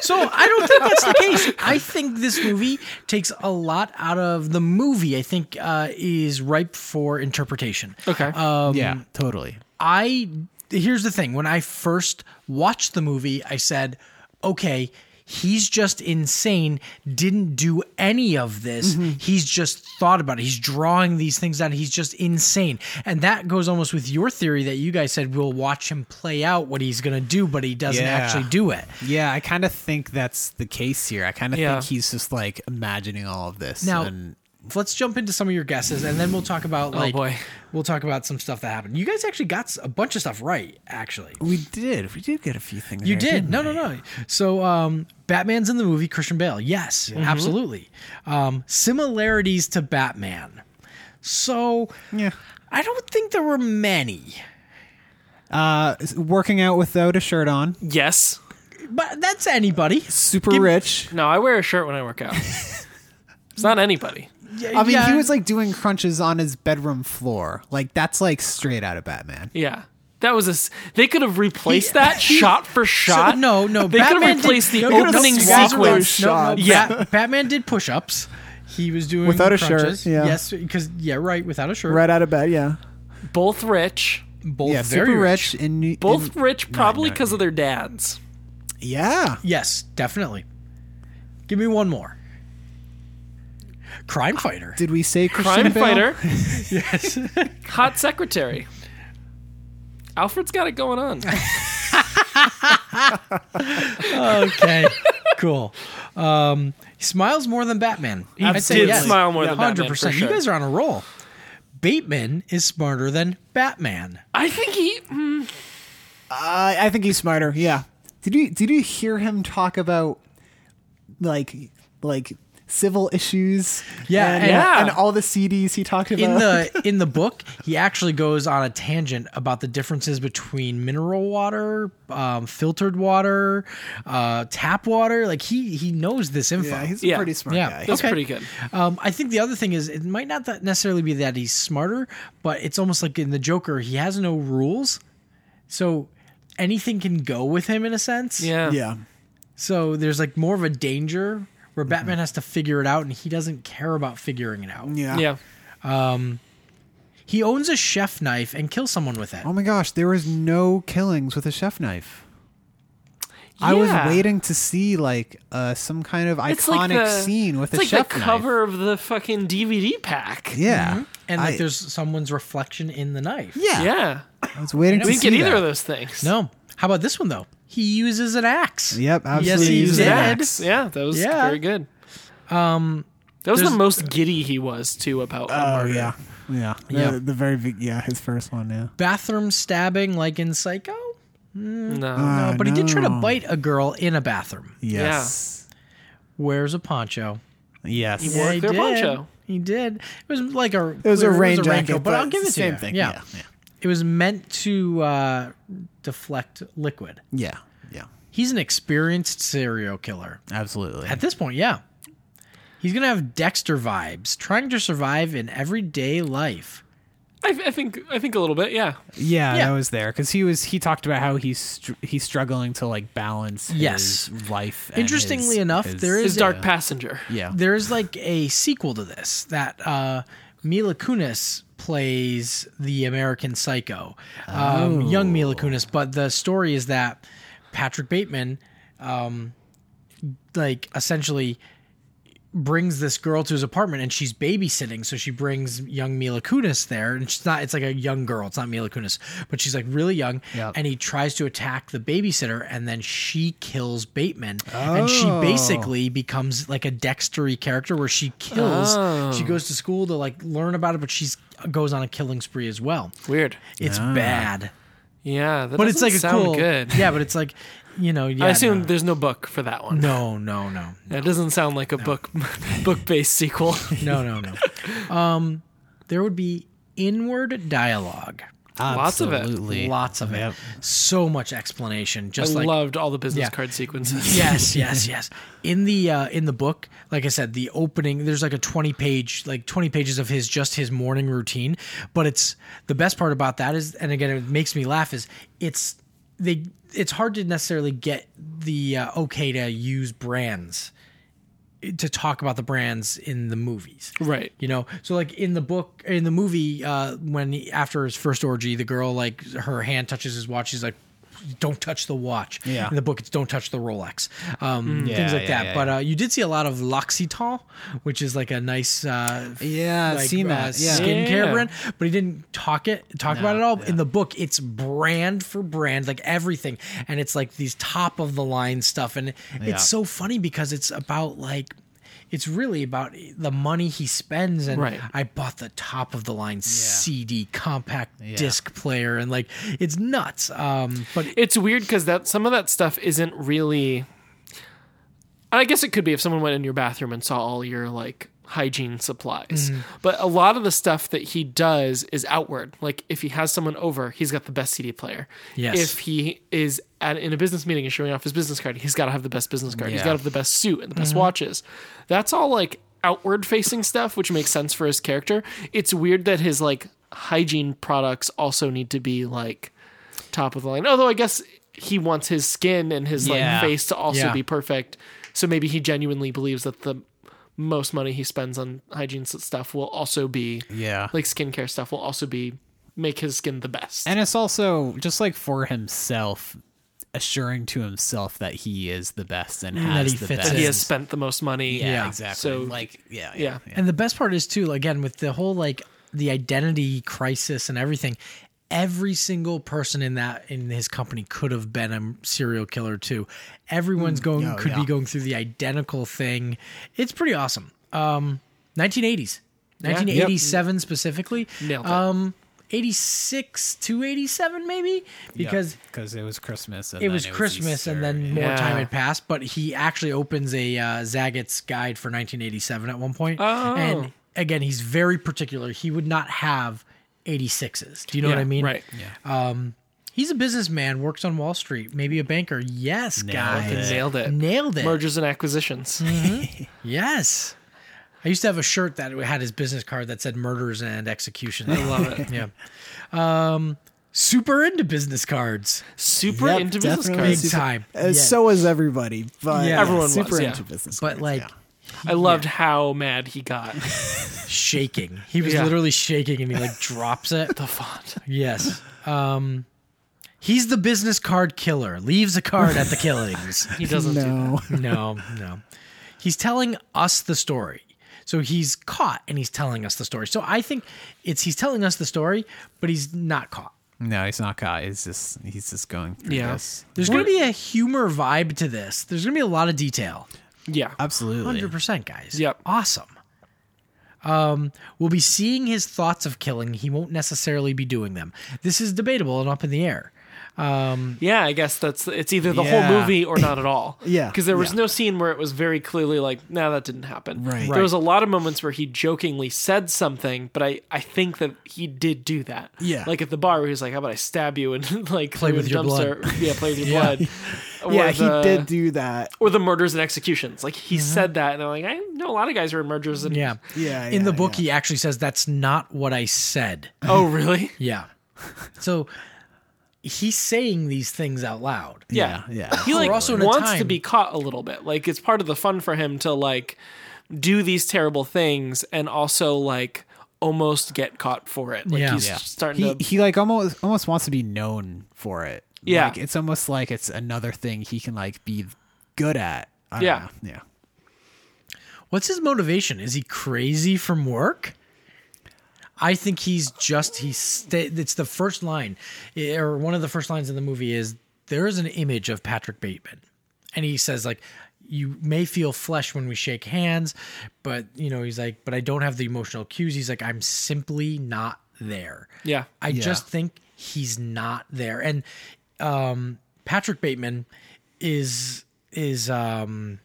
So I don't think that's the case. I think this movie takes a lot out of the movie. I think uh, is ripe for interpretation. Okay. Um, yeah, totally. I here's the thing. When I first watched the movie, I said, "Okay, he's just insane. Didn't do any of this. Mm-hmm. He's just thought about it. He's drawing these things out. He's just insane." And that goes almost with your theory that you guys said we'll watch him play out what he's going to do, but he doesn't Yeah. actually do it. Yeah, I kind of think that's the case here. I kind of Yeah. think he's just like imagining all of this. Now, Oh, and let's jump into some of your guesses, and then we'll talk about like boy. we'll talk about some stuff that happened. You guys actually got s- a bunch of stuff right, actually. we did. We did get a few things. You there, did. didn't No, we? no, no. So, um, Batman's in the movie, Christian Bale. Yes, absolutely. Um, similarities to Batman. So, Yeah. I don't think there were many, Uh, s- working out without a shirt on. yes. but that's anybody. Super Give- rich. No, I wear a shirt when I work out. it's not anybody. Yeah, I mean, yeah. he was like doing crunches on his bedroom floor. Like that's like straight out of Batman. Yeah. That was a. s- They could have replaced He- that he- shot for shot. no, no. They could Batman have replaced did, no, the no, no, opening swapped sequence. those- No, no, Yeah. Bat- Batman did push-ups. He was doing Without a shirt, crunches. yeah. Yes, because yeah, right. Without a shirt. Right out of bed, yeah. Both rich. Both yeah, very super rich. in New- Both in- rich, probably no, because of their dads. yeah. Yes, definitely. Give me one more. Crime fighter. Did we say Crime Christian Bale? fighter, Yes. hot secretary. Alfred's got it going on. okay. Cool. Um, he smiles more than Batman. He did smile more than Batman, for You sure. guys are on a roll. Bateman is smarter than Batman. I think he. mm, I, I think he's smarter. Yeah. Did you did you hear him talk about like like civil issues? Yeah, and, and- Yeah. and all the CDs he talked about. In the in the book, he actually goes on a tangent about the differences between mineral water, um, filtered water, uh, tap water. Like he he knows this info. yeah, he's Yeah. a pretty smart Yeah. guy. That's Okay. pretty good. Um, I think the other thing is it might not that necessarily be that he's smarter, but it's almost like in the Joker, he has no rules, so anything can go with him in a sense. Yeah. Yeah. So there's like more of a danger Mm-hmm. where Batman has to figure it out, and he doesn't care about figuring it out. Yeah. Yeah. He owns a chef knife and kills someone with it. Oh my gosh, there was no killings with a chef knife. I was Yeah. waiting to see like uh, some kind of iconic It's like the scene with it's a like chef the knife. cover Mm-hmm. of the fucking DVD pack. Yeah, And like I- there's someone's reflection in the knife. yeah, Yeah. I was waiting We to didn't see get either that. of those things. No. How about this one though? He uses an axe. Yep, Yes, absolutely he uses did. an Max. Yeah, that was Yeah. Um, very good. Um, that was the there's- Uh, most giddy he was too about. a Oh, murder. yeah. Yeah, Yeah. The, the very big, yeah, his first one. Yeah, Bathroom stabbing, like in Psycho. No. No, but he did try to Ah, no. bite a girl in a bathroom. yes, Wears a poncho. yes. He wore a he clear did. poncho. He did. It was like a It was a rain jacket, raincoat, but, but I'll give it it's to the same you. thing, Yeah. yeah. it was meant to uh, deflect liquid. yeah, yeah, He's an experienced serial killer absolutely. at this point. Yeah, he's gonna have Dexter vibes, trying to survive in everyday life. I, I think I think a little bit. Yeah. Yeah, Yeah. that was there because he was. He talked about how he's str- he's struggling to like balance Yes. his life. and Interesting his- enough, his- there is- His dark passenger. yeah. There's like a sequel to this that uh, Mila Kunis plays the American Psycho, um, young Mila Kunis. But the story is that Patrick Bateman, um, like essentially, brings this girl to his apartment and she's babysitting so she brings young Mila Kunis there and she's not it's like a young girl it's not Mila Kunis but she's like really young Yep. and he tries to attack the babysitter and then she kills Bateman and she Oh. basically becomes like a Dextery character where she kills Oh. she goes to school to like learn about it but she's goes on a killing spree as well Weird. it's bad Yeah. That but it's Ah. doesn't like a sound cool good. yeah but it's like you know yeah I assume no. there's no book for that one. no no no That doesn't sound like a book book based sequel. No, no, no. um, there would be inward dialogue. Lots of it. Absolutely. Lots of Yep. it. So much explanation. I Just like loved all the business Yeah. card sequences. yes, yes, yes. In the uh, in the book, like I said, the opening there's like a 20 page like 20 pages of his just his morning routine, but it's the best part about that is and again it makes me laugh is it's they it's hard to necessarily get the uh, okay to use brands to talk about the brands in the movies. Right. You know, so like in the book, in the movie, uh, when he- after his first orgy, the girl like her hand touches his watch. She's like, "Don't touch the watch." Yeah. In the book, it's "Don't touch the Rolex." Um, Yeah, things like yeah, that. yeah, but uh, you did see a lot of L'Occitane, which is like a nice, uh, Yeah, I've like, seen uh, that. Yeah. skincare Yeah. brand. But he didn't talk it talk No, about it all. yeah. In the book, it's brand for brand, like everything, and it's like these top of the line stuff, and Yeah. it's so funny because it's about like it's really about the money he spends and Right. i bought the top of the line cd compact Yeah. disc player and like it's nuts um but It's weird because that some of that stuff isn't really. I guess it could be if someone went in your bathroom and saw all your like hygiene supplies. Mm-hmm. But a lot of the stuff that he does is outward. Like if he has someone over, he's got the best CD player. Yes. If he is at in a business meeting and showing off his business card, he's got to have the best business card. He's Yeah. got to have the best suit and the Mm-hmm. best watches. That's all like outward facing stuff, which makes sense for his character. It's weird that his like hygiene products also need to be like top of the line. Although I guess he wants his skin and his Yeah. like face to also Yeah. be perfect. So maybe he genuinely believes that the most money he spends on hygiene s- stuff will also be Yeah. like skincare stuff will also be make his skin the best. And it's also just like for himself, assuring to himself that he is the best and has Mm, he the fits best. in. he has spent the most money. yeah, Yeah. exactly. So- like, yeah, yeah. yeah. and the best part is too again with the whole like the identity crisis and everything every single person in that in his company could have been a serial killer too everyone's going oh, could yeah. be going through the identical thing it's pretty awesome um 1980s 1987 specifically Nailed it. um 86 to 87 maybe because because it was Christmas. And it then was Christmas, and then more Yeah. time had passed. But he actually opens a uh, Zagat's Guide for 1987 at one point. Oh. And again, he's very particular. He would not have 86s. Do you know what Yeah, I mean? Right. He's a businessman, works on Wall Street, maybe a banker. Yes, Fucking guys. Nailed it. Nailed it. Mergers and acquisitions. Yes. I used to have a shirt that had his business card that said murders and executions. I love it. yeah. Um, super into business cards. Super Yep, into business definitely. Big cards. time. Uh, Yeah. So was everybody, but Yeah. Everyone super was, yeah. into business. But like, I loved how mad he got. shaking. He was Yeah. literally shaking and he like drops it. the font. Yes. Um he's the business card killer. Leaves a card at the killings. He doesn't do no, no, no. He's telling us the story. So he's caught and he's telling us the story. So I think it's he's telling us the story, but he's not caught. No, he's not caught. He's just he's just going through Yeah. this. There's going to be a humor vibe to this. There's going to be a lot of detail. Yeah. Absolutely. 100% guys Yep. awesome um we'll be seeing his thoughts of killing he won't necessarily be doing them this is debatable and up in the air Yeah, I guess that's it's either the Yeah. whole movie or not at all. Yeah, because there was yeah. no scene where it was very clearly like, no, that didn't happen. Right. There was a lot of moments where he jokingly said something, but I I think that he did do that. Yeah. like at the bar where he was like, how about I stab you and like Play threw with in your dumpster. Yeah, play with your blood. Or yeah, the- he did do that. Or the murders and executions. Like he said that, and they're like, I know a lot of guys who are murderers and yeah Yeah, in the yeah, book yeah. he actually says that's not what i said Oh, really? yeah so he's saying these things out loud Yeah, Yeah, yeah. He like We're also in a wants to time- be caught a little bit. Like it's part of the fun for him to like do these terrible things and also like almost get caught for it. Like Yeah. he's Yeah. starting He, to. he like almost almost wants to be known for it. Yeah. Like, it's almost like it's another thing he can like be good at. I don't Yeah. know. Yeah. what's his motivation is he crazy from work I think he's just he's sta- it's the first line eh, or one of the first lines in the movie is there is an image of Patrick Bateman and he says like you may feel flesh when we shake hands but you know he's like but I don't have the emotional cues he's like I'm simply not there. yeah, I just think he's not there. And um, Patrick Bateman is is um,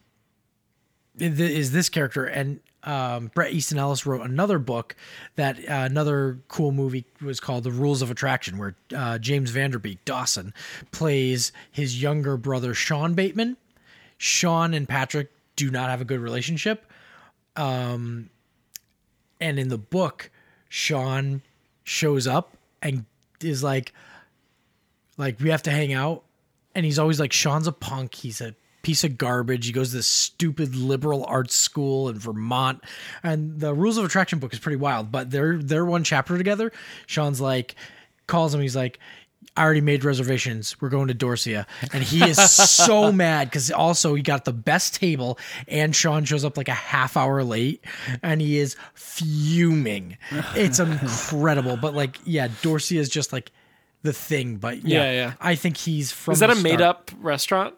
is this character, and um, Brett Easton Ellis wrote another book that uh, another cool movie was called The Rules of Attraction, where uh, James Vanderbeek Dawson plays his younger brother Sean Bateman. Sean and Patrick do not have a good relationship. Um, and in the book, Sean shows up and is like, like we have to hang out and he's always like sean's a punk he's a piece of garbage he goes to this stupid liberal arts school in vermont and the rules of attraction book is pretty wild but they're they're one chapter together sean's like calls him he's like I already made reservations. We're going to Dorsia. And he is so mad because also he got the best table and Sean shows up like a half hour late and he is fuming. It's incredible. But like, yeah, Dorsia is just like the thing. But yeah, Yeah, yeah. I think he's from. Is that the a made start. up restaurant?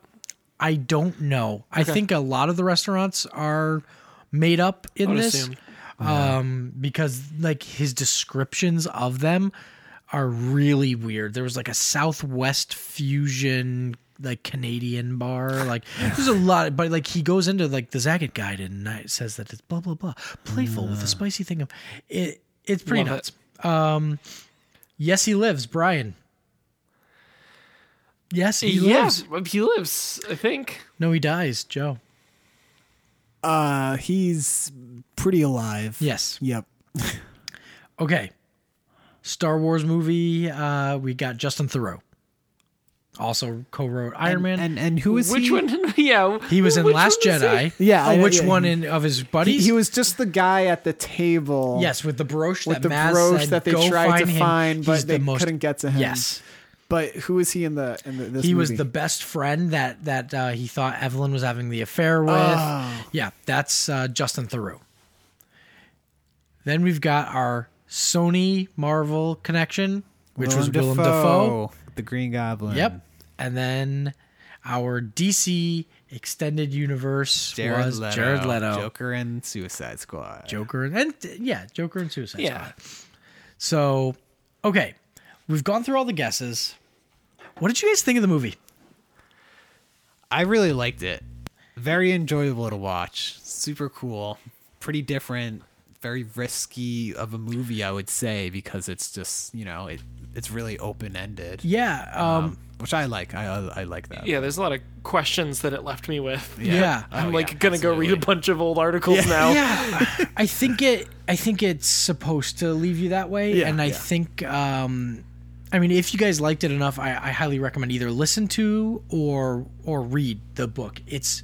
I don't know. I think a lot of the restaurants are made up in would this assume. um because like his descriptions of them are really weird. There was like a southwest fusion like Canadian bar. Like there's a lot but like he goes into like the Zagat guide and it says that it's blah blah blah. Playful with a spicy thing of it it's pretty Mm. Love nuts. Um Yes he lives, Brian. Yes, he yeah, lives. he lives. I think. No, he dies, Joe. Uh, he's pretty alive. Yes. Yep. Okay. Star Wars movie. Uh, we got Justin Theroux. Also co-wrote Iron Man. And and who is Which he? one? Yeah, he was in which Last one was he? Jedi. Yeah, Oh, I- which yeah, one he- in of his He, buddies? he was just the guy at the table. yes, with the brooch With that the Maz brooch said, that they "Go tried find to him." find, but He's they the most, couldn't get to him. Yes. But who is he in the in the, this He was movie? the best friend that that uh, he thought Evelyn was having the affair with. Oh. Yeah, that's uh, Justin Theroux. Then we've got our Sony Marvel connection, which was Willem Dafoe. the Green Goblin. Yep. And then our DC extended universe was Jared Leto, Joker and Suicide Squad. Joker, and, and yeah, Joker and Suicide Yeah. Squad. So, okay, we've gone through all the guesses. What did you guys think of the movie? I really liked it. Very enjoyable to watch. Super cool. Pretty different. Very risky of a movie, I would say, because it's just you know it it's really open ended, Yeah, um, which I like. I I I like that. Yeah, there's a lot of questions that it left me with. yeah. I'm Oh, like yeah, gonna go read a absolutely. bunch of old articles now. yeah i think it i think it's supposed to leave you that way Yeah, and i yeah. think um i mean if you guys liked it enough I, I highly recommend either listen to or or read the book it's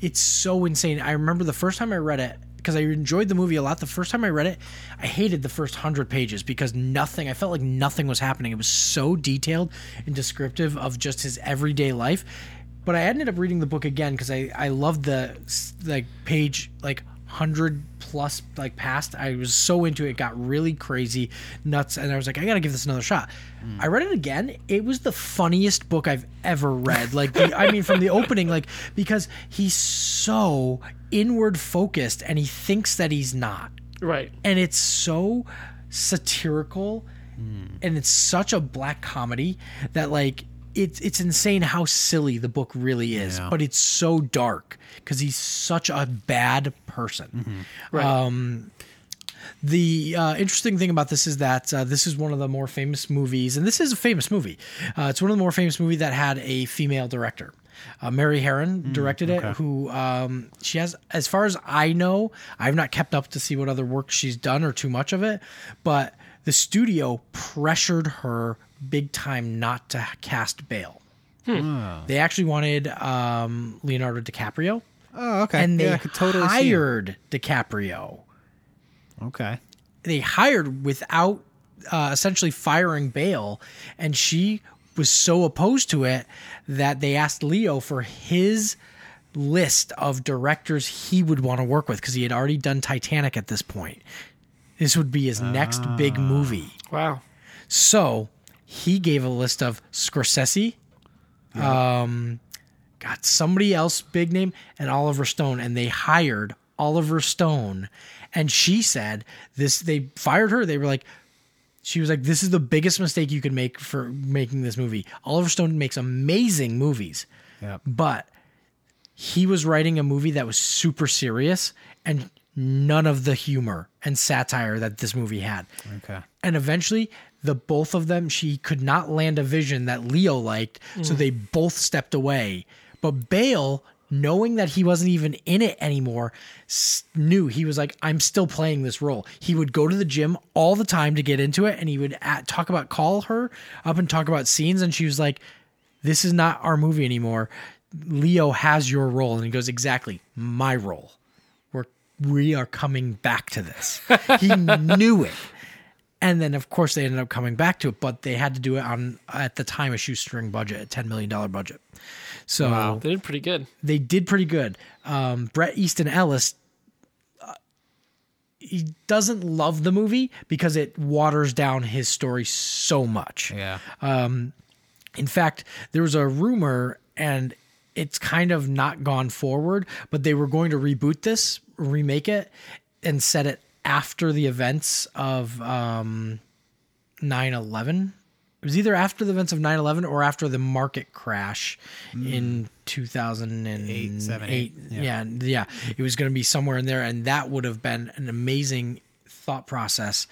it's so insane i remember the first time i read it because i enjoyed the movie a lot the first time i read it i hated the first hundred pages because nothing i felt like nothing was happening it was so detailed and descriptive of just his everyday life but i ended up reading the book again because i i loved the s- like page like hundred plus like past. I was so into it, got really crazy, nuts, and I was like, I gotta give this another shot. I read it again. It was the funniest book I've ever read. Like, the, I mean, from the opening, like because he's so inward focused and he thinks that he's not Right. and it's so satirical and it's such a black comedy that like it's it's insane how silly the book really is but it's so dark because he's such a bad person Right. the uh, interesting thing about this is that uh, this is one of the more famous movies, and this is a famous movie. Uh, it's one of the more famous movies that had a female director. Uh, Mary Herron directed it. Who um, she has, as far as I know, I've not kept up to see what other work she's done or too much of it, but the studio pressured her big time not to cast Bale. Hmm. They actually wanted um, Leonardo DiCaprio, Oh, okay. and they yeah, I could totally see it. hired DiCaprio Okay. they hired without uh, essentially firing Bale, and she was so opposed to it that they asked Leo for his list of directors he would want to work with because he had already done Titanic at this point. This would be his next big movie. wow. So he gave a list of Scorsese, um, got somebody else big name, and Oliver Stone, and they hired Oliver Stone, and she said this. They fired her. They were like, she was like, this is the biggest mistake you could make for making this movie. Oliver Stone makes amazing movies, Yep. but he was writing a movie that was super serious and none of the humor and satire that this movie had. Okay. And eventually, the both of them, she could not land a vision that Leo liked, so they both stepped away. But Bale, knowing that he wasn't even in it anymore, s- knew he was like, I'm still playing this role. He would go to the gym all the time to get into it, and he would at, talk about, call her up and talk about scenes. And she was like, This is not our movie anymore. Leo has your role. And he goes, Exactly, my role we're we are coming back to this. He knew it. And then of course they ended up coming back to it, but they had to do it on at the time a shoestring budget, a ten million dollar budget. So They did pretty good. they did pretty good. Um, Brett Easton Ellis, uh, he doesn't love the movie because it waters down his story so much. Yeah. In fact, there was a rumor, and it's kind of not gone forward, but they were going to reboot this, remake it, and set it after the events of um, 9-11. It was either after the events of 9-11 or after the market crash in 2008. Hmm. Eight, seven, eight. Yeah. yeah, It was going to be somewhere in there, and that would have been an amazing thought process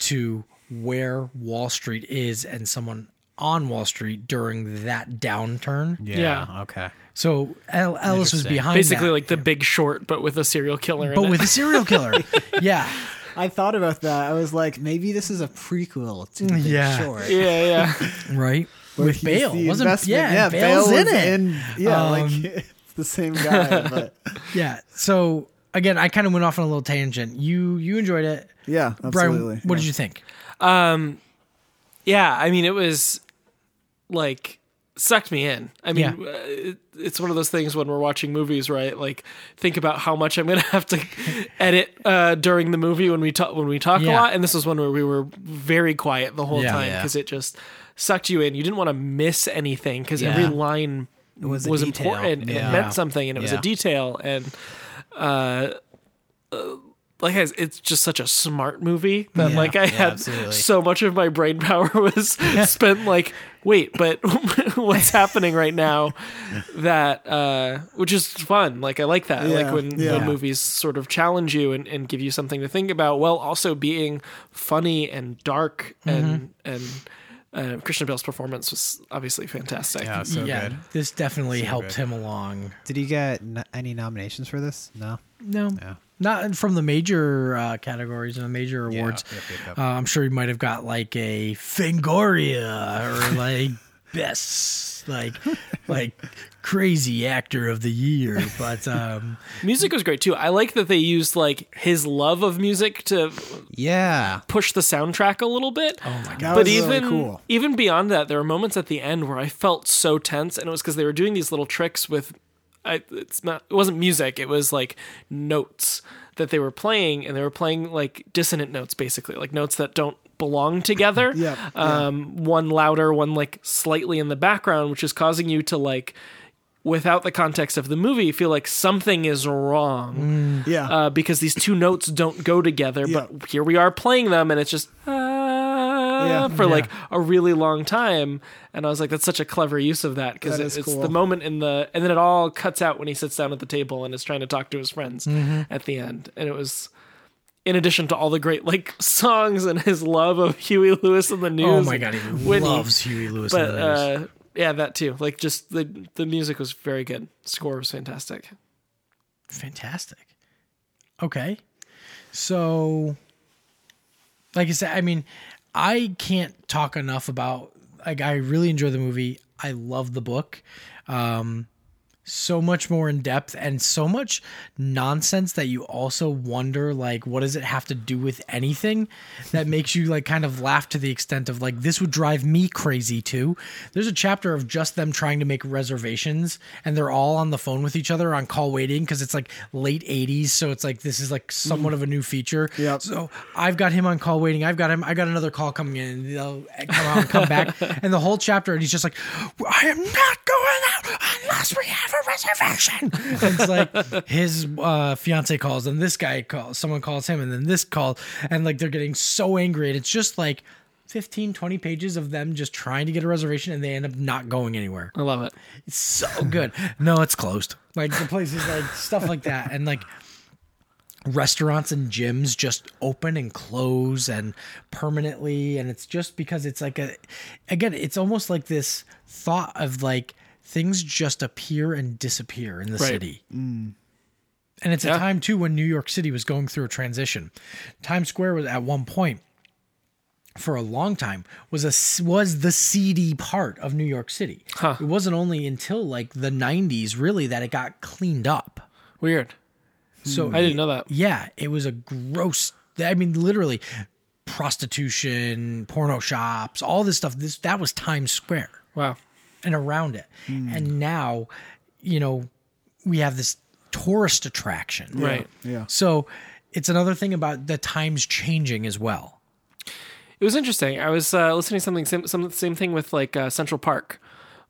to where Wall Street is and someone on Wall Street during that downturn. Yeah. Okay. So El- Ellis was Interesting. behind Basically, that, like the Big Short, but with a serial killer. but in with it. a serial killer. yeah. I thought about that. I was like, maybe this is a prequel to the Yeah. yeah. short. yeah, yeah. Right. where With he's Bale, the wasn't investment- yeah, and Bale's Bale in was it. yeah, Um, like it's the same guy. But yeah. So again, I kind of went off on a little tangent. You you enjoyed it, Yeah, absolutely. Brian. What did you think? yeah i mean it was like sucked me in i mean Yeah. uh, it, it's one of those things when we're watching movies right like think about how much i'm gonna have to edit uh, during the movie when we talk when we talk Yeah. a lot and this was one where we were very quiet the whole Yeah. time because it just sucked you in you didn't want to miss anything because every Yeah. line was was, a detail. important Yeah. it meant something and it was Yeah. a detail and uh, like I- it's just such a smart movie that like I had absolutely. so much of my brain power was spent like wait but what's happening right now that uh which is fun like I like that Yeah, like when, yeah. when movies sort of challenge you and, and give you something to think about while also being funny and dark Mm-hmm. and and uh, Christian Bale's performance was obviously fantastic yeah, so yeah, good. this definitely helped good. him along. Did he get n- any nominations for this? No. No, not from the major uh, categories and the major awards. yep, yep, yep. Uh, I'm sure he might have got like a Fangoria or like best, like like crazy actor of the year. But um, music was great too I like that they used like his love of music to Yeah. push the soundtrack a little bit oh my That but was even really cool. even beyond that, there were moments at the end where I felt so tense, and it was because they were doing these little tricks with. I, it's not. It wasn't music. It was like notes that they were playing, and they were playing like dissonant notes, basically, like notes that don't belong together. Yeah, Um. One louder, one like slightly in the background, which is causing you to like, without the context of the movie, feel like something is wrong Mm. Yeah. uh, because these two notes don't go together. But here we are playing them, and it's just uh, for like a really long time. And I was like, that's such a clever use of that because That it, is it's cool. the moment in the, and then it all cuts out when he sits down at the table and is trying to talk to his friends Mm-hmm. at the end. And it was. In addition to all the great like songs and his love of Huey Lewis and the news, oh my and god, he Whitney, loves Huey Lewis. But and the News. uh, yeah, that too. Like just the the music was very good. Score was fantastic. Fantastic. Okay. So, like I said, I mean, I can't talk enough about, like, I really enjoy the movie. I love the book. Um, so much more in depth and so much nonsense that you also wonder, like, what does it have to do with anything that makes you, like, kind of laugh to the extent of, like, this would drive me crazy too. There's a chapter of just them trying to make reservations and they're all on the phone with each other on call waiting because it's like late 80s. So it's like, this is like somewhat of a new feature. Yep. So I've got him on call waiting. I've got him. I got another call coming in. And they'll come out and come back. And the whole chapter, and he's just like, I am not going out unless we have a reservation. And it's like his uh, fiance calls, and this guy calls, someone calls him, and then this call. And like they're getting so angry. And it's just like 15, 20 pages of them just trying to get a reservation, and they end up not going anywhere I love it. so good. No, it's closed. Like the places like stuff like that, and like restaurants and gyms just open and close and permanently and it's just because it's like a again it's almost like this thought of like things just appear and disappear in the Right. Mm. city and it's Yeah. a time too when new york city was going through a transition times square was at one point for a long time was a s- was the seedy part of new york city it wasn't only until like the 90s really that it got cleaned up Weird. so Hmm. I didn't know that. yeah, it was a gross. I mean, literally, prostitution, porno shops, all this stuff. This that was Times Square Wow. and around it, Hmm. and now, you know, we have this tourist attraction. Right. Yeah. So, it's another thing about the times changing as well. It was interesting. I was uh, listening to something sim- some same thing with like uh, Central Park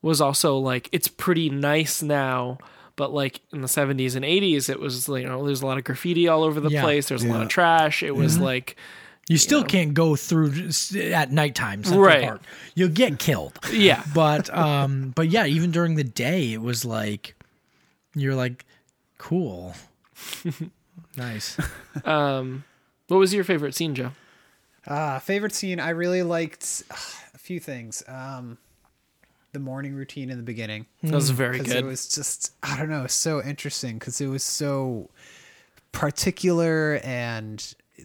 was also like it's pretty nice now, but like in the 70s and 80s it was you know there's a lot of graffiti all over the Yeah. place. There's a lot of trash. It was like You still can't go through s- at nighttime Central Right. Park. You'll get killed. yeah. but um but yeah even during the day it was like you're like cool nice Um, what was your favorite scene, Joe? Uh, favorite scene. I really liked a few things. Um, the morning routine in the beginning. That was very because good. it was just I don't know, so interesting because it was so particular and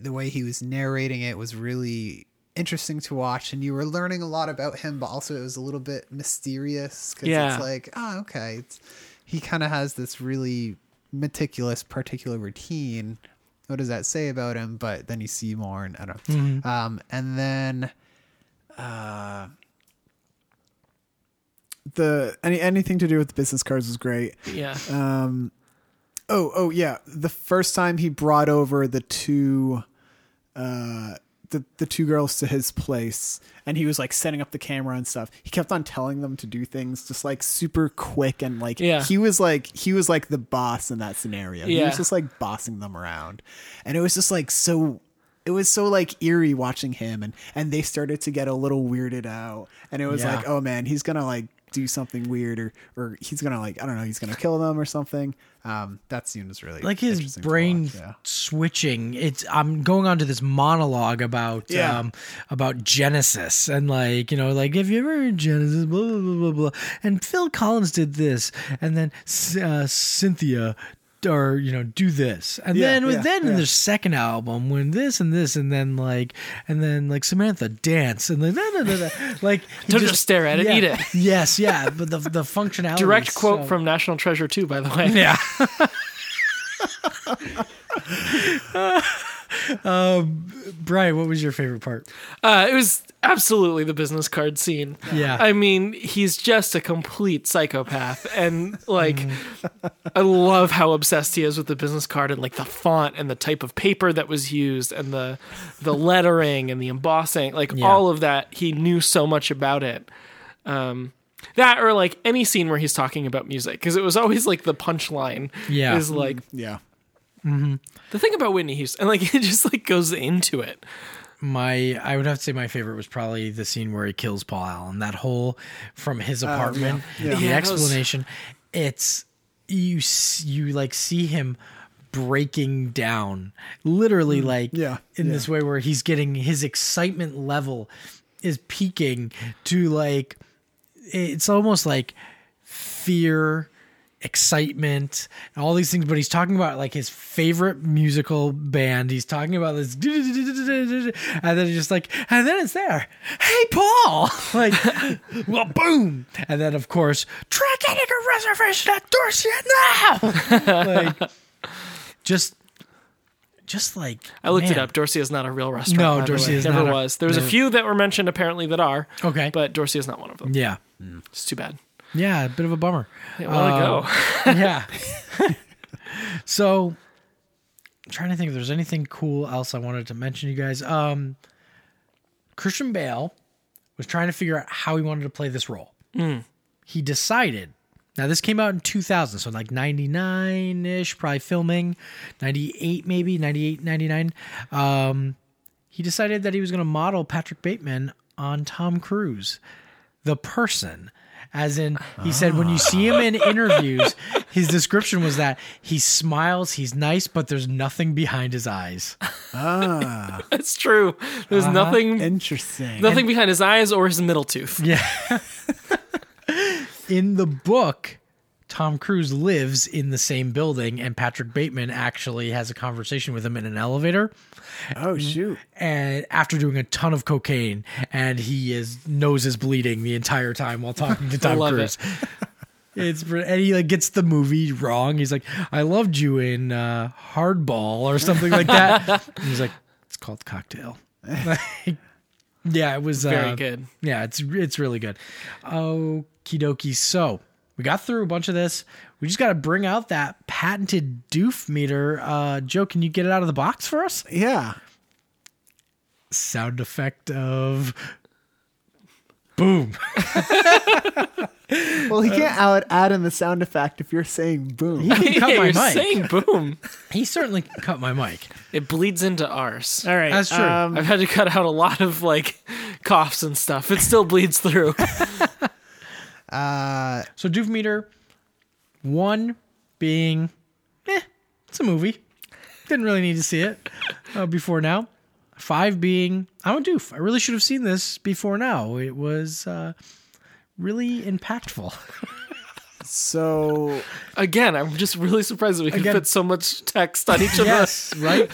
the way he was narrating it was really interesting to watch and you were learning a lot about him but also it was a little bit mysterious because Yeah. it's like oh okay it's, he kind of has this really meticulous particular routine what does that say about him but then you see more and i don't know um, and then uh, The any anything to do with the business cards was great. yeah. Oh, oh yeah. The first time he brought over the two uh the, the two girls to his place and he was like setting up the camera and stuff. He kept on telling them to do things just like super quick and like Yeah. he was like he was like the boss in that scenario. He Yeah. was just like bossing them around. And it was just like so it was so like eerie watching him and and they started to get a little weirded out and it was Yeah. like oh man he's gonna like do something weird or or he's gonna like i don't know he's gonna kill them or something um, that scene was really like his interesting to brain watch, yeah. switching it's i'm going on to this monologue about Yeah. um about genesis and like you know like have you ever heard genesis blah blah blah blah blah and phil collins did this and then S- uh, cynthia or you know do this and Yeah, then with yeah, then in yeah. their second album when this and this and then like and then like samantha dance and then da, da, da, da. like he Don't just stare at it, yeah. eat it. yes yeah but the the functionality Direct is quote so- from National Treasure 2, by the way. yeah. um, Brian, what was your favorite part? Uh, it was absolutely the business card scene. Yeah. I mean, he's just a complete psychopath. And, like, Mm. I love how obsessed he is with the business card and, like, the font and the type of paper that was used and the, the lettering and the embossing. Like, Yeah. all of that, he knew so much about it. Um, that or, like, any scene where he's talking about music. Because it was always, like, the punchline Yeah. is, like, yeah the thing about Whitney Houston. And, like, it just, like, goes into it. My, I would have to say my favorite was probably the scene where he kills Paul Allen. That whole from his apartment, Oh, yeah. the Yeah, that was- explanation. It's you, s- you like see him breaking down, literally like Mm, yeah, in this way where he's getting his excitement level is peaking to like it's almost like fear excitement and all these things but he's talking about like his favorite musical band he's talking about this and then it's just like and then it's there hey paul like well boom and then of course try getting a reservation at dorset now like just just like I looked it man. up. Dorsey is not a real restaurant. No, by the Dorsey way. is Never not a- was. There was a no. few that were mentioned apparently that are. Okay. But Dorsey is not one of them. yeah It's too bad. yeah a bit of a bummer Hey, well, Um, go. yeah. so I'm trying to think if there's anything cool else I wanted to mention you guys. Um Christian Bale was trying to figure out how he wanted to play this role. He decided now this came out in 2000, so like 99-ish, probably filming, 98 maybe, 98, 99. Um, he decided that he was going to model Patrick Bateman on Tom Cruise the person. As in, he said, when you see him in interviews, His description was that he smiles, he's nice, but there's nothing behind his eyes. Ah, It's true. There's uh-huh. nothing interesting. nothing behind his eyes or his middle tooth. Yeah. in the book, Tom Cruise lives in the same building, and Patrick Bateman actually has a conversation with him in an elevator. oh shoot. And after doing a ton of cocaine, and he is nose is bleeding the entire time while talking to Tom love Cruise. It's pre- and he like gets the movie wrong. He's like, "I loved you in uh, Hardball" or something like that. And he's like, "It's called Cocktail." yeah, it was Very uh, good. yeah, it's it's really good. Okie dokie. So we got through a bunch of this. We just got to bring out that patented doof meter. Uh, Joe, can you get it out of the box for us? Yeah. Sound effect of boom. Well, he can't out add in the sound effect if you're saying boom. Uh, He cut Yeah, my you're mic. saying boom. He certainly cut my mic. It bleeds into ours. All right. That's true. Um, I've had to cut out a lot of like coughs and stuff. It still bleeds through. Uh, So doof meter one being, eh, it's a movie. Didn't really need to see it uh, before now. Five being, I'm a doof. I really should have seen this before now. It was uh, really impactful. so Again, I'm just really surprised that we could Again. fit so much text on each of us. yes, right?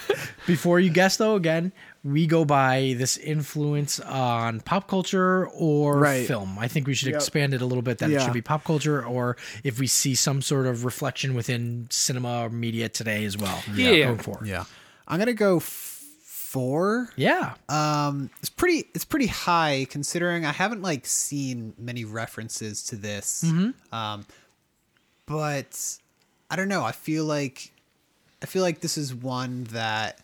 Before you guess, though, again, we go by this influence on pop culture or Right. film. I think we should expand it a little bit that it Yeah. should be pop culture or if we see some sort of reflection within cinema or media today as well. Yeah. Yeah. Going forward. yeah, I'm gonna go f- four. Yeah. Um, it's pretty it's pretty high considering I haven't like seen many references to this. Um, but I don't know. I feel like I feel like this is one that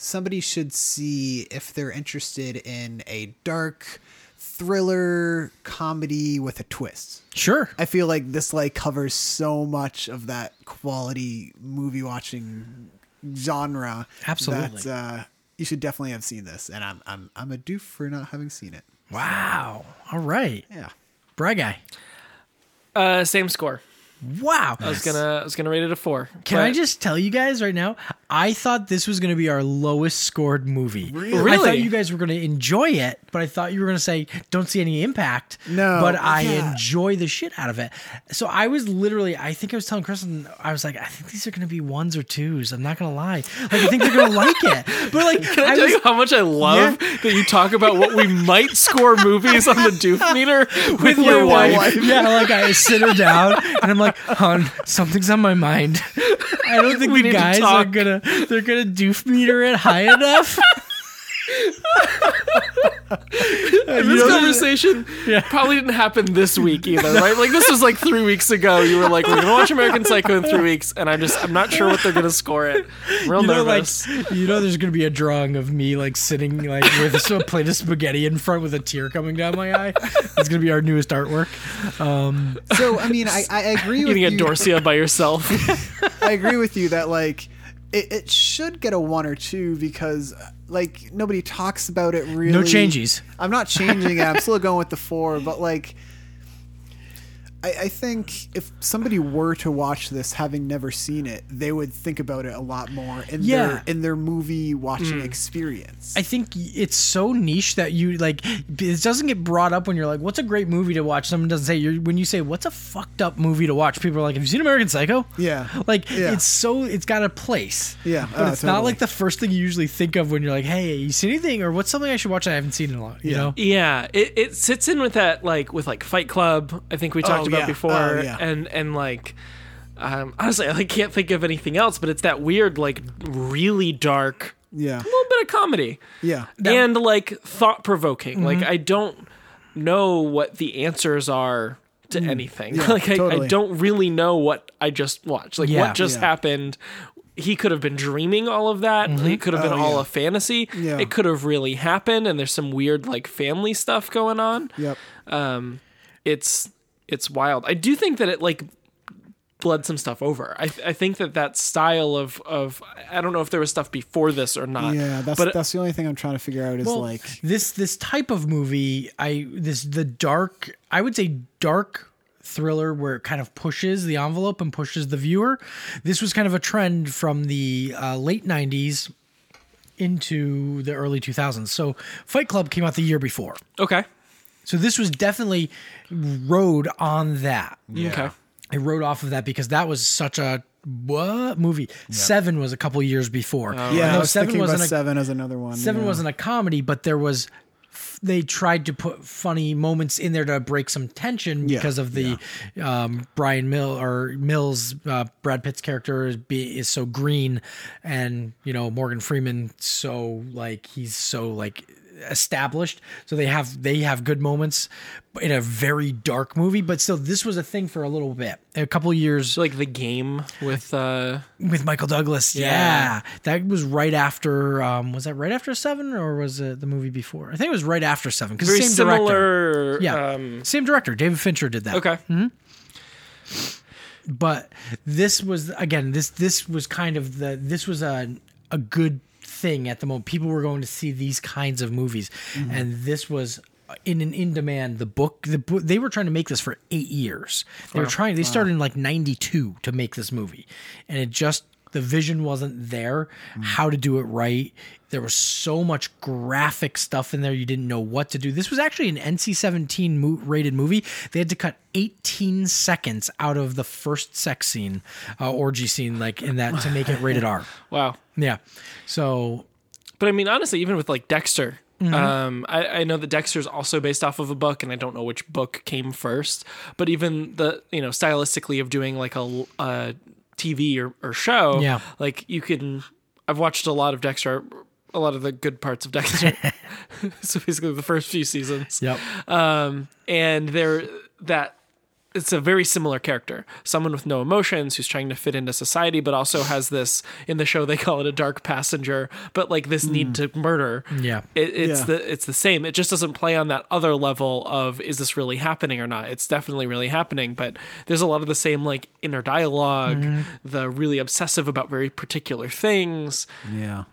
somebody should see if they're interested in a dark thriller comedy with a twist. Sure. I feel like this like covers so much of that quality movie watching genre. Absolutely. That, uh, you should definitely have seen this, and I'm I'm I'm a doof for not having seen it. Wow. All right. Yeah. Bry guy. Uh, same score. Wow. I was gonna I was gonna rate it a four. Can I but- just tell you guys right now? I thought this was going to be our lowest scored movie. Really? I thought you guys were going to enjoy it, but I thought you were going to say, don't see any impact. No. But I Yeah. enjoy the shit out of it. So I was literally, I think I was telling Kristen, I was like, I think these are going to be ones or twos. I'm not going to lie. Like, I think they're going to like it. But like, Can I, tell was, you how much I love that you talk about what we might score movies on the doof meter with, your wife? Yeah, like I sit her down and I'm like, hon, something's on my mind. I don't think We the need to guys are talk." gonna they're gonna doof meter it high enough. This conversation probably didn't happen this week either, right? Like this was like three weeks ago. You were like, "We're gonna watch American Psycho in three weeks," and I'm just I'm not sure what they're gonna score it. I'm real You know, like nervous. you know, there's gonna be a drawing of me like sitting like with a plate of spaghetti in front with a tear coming down my eye. It's gonna be our newest artwork. So I mean, I I agree with Eating a you. Dorcia by yourself. I agree with you that like it, it should get a one or two because uh, like nobody talks about it really. No changes. I'm not changing it. I'm still going with the four, but like I, I think if somebody were to watch this having never seen it, they would think about it a lot more in Yeah. Mm. their in their movie watching experience. I think it's so niche that you like it doesn't get brought up when you're like, "What's a great movie to watch?" Someone doesn't say you're, when you say, "What's a fucked up movie to watch?" People are like, "Have you seen American Psycho?" Yeah. like Yeah. it's so it's got a place. Yeah. but Oh, it's not totally. like the first thing you usually think of when you're like, "Hey, you see anything or what's something I should watch that I haven't seen in a while?" You know, Yeah, it, it sits in with that like with like Fight Club. I think we talked Oh, about yeah. before, Oh, yeah. and and like um, honestly, I like, can't think of anything else. But it's that weird, like really dark, yeah. a little bit of comedy, Yeah. Mm-hmm. and like thought provoking. Like I don't know what the answers are to anything. like I, Mm. I totally. don't really know what I just watched. Like Yeah. what just Yeah. happened. He could have been dreaming all of that. It could have been all a fantasy. Mm-hmm. Oh, Yeah. It could have really happened. And there's some weird like family stuff going on. Yep. Um, it's it's wild. I do think that it like bled some stuff over. I, I think that that style of of I don't know if there was stuff before this or not. Yeah, that's but that's the only thing I'm trying to figure out is uh, Well, like this this type of movie i this the dark i would say dark thriller where it kind of pushes the envelope and pushes the viewer. This was kind of a trend from the uh, late 90s into the early 2000s. So Fight Club came out the year before. Okay. So this was definitely rode on that. Yeah. Okay. It rode off of that because that was such a what movie? Seven was a couple years before. Oh, yeah, No, I was Seven thinking about wasn't a- seven as another one. Seven yeah. wasn't a comedy, but there was. f- They tried to put funny moments in there to break some tension Yeah, because of the um, Brian Mill or Mills uh, Brad Pitt's character is, be, is so green, and you know Morgan Freeman so like he's so like established. So they have they have good moments in a very dark movie, but still this was a thing for a little bit, a couple years So like the game with uh with Michael Douglas. Yeah. Yeah. That was right after um was that right after 7 or was it the movie before? I think it was right after 7 cuz very same director. similar Yeah. um same director, David Fincher did that. Okay. But this was again this this was kind of the this was a a good thing at the moment. People were going to see these kinds of movies Mm-hmm. and this was in an in demand the book the book they were trying to make this for 8 years. They were trying they started in like 92 to make this movie and it just the vision wasn't there how to do it right there was so much graphic stuff in there you didn't know what to do this was actually an nc-17 mo- rated movie they had to cut 18 seconds out of the first sex scene uh, orgy scene like in that to make it rated r Wow. yeah so But I mean, honestly, even with like Dexter, um, I, I know that Dexter's also based off of a book, and I don't know which book came first. But even the you know stylistically of doing like a, l- a TV or, or show, Yeah. like you can. I've watched a lot of Dexter, a lot of the good parts of Dexter. so basically, the first few seasons yep um, and they're that it's a very similar character someone with no emotions who's trying to fit into society but also has this in the show they call it a dark passenger but like this need to murder Yeah. it, it's Yeah. the it's the same it just doesn't play on that other level of is this really happening or not it's definitely really happening but there's a lot of the same like inner dialog the really obsessive about very particular things Yeah.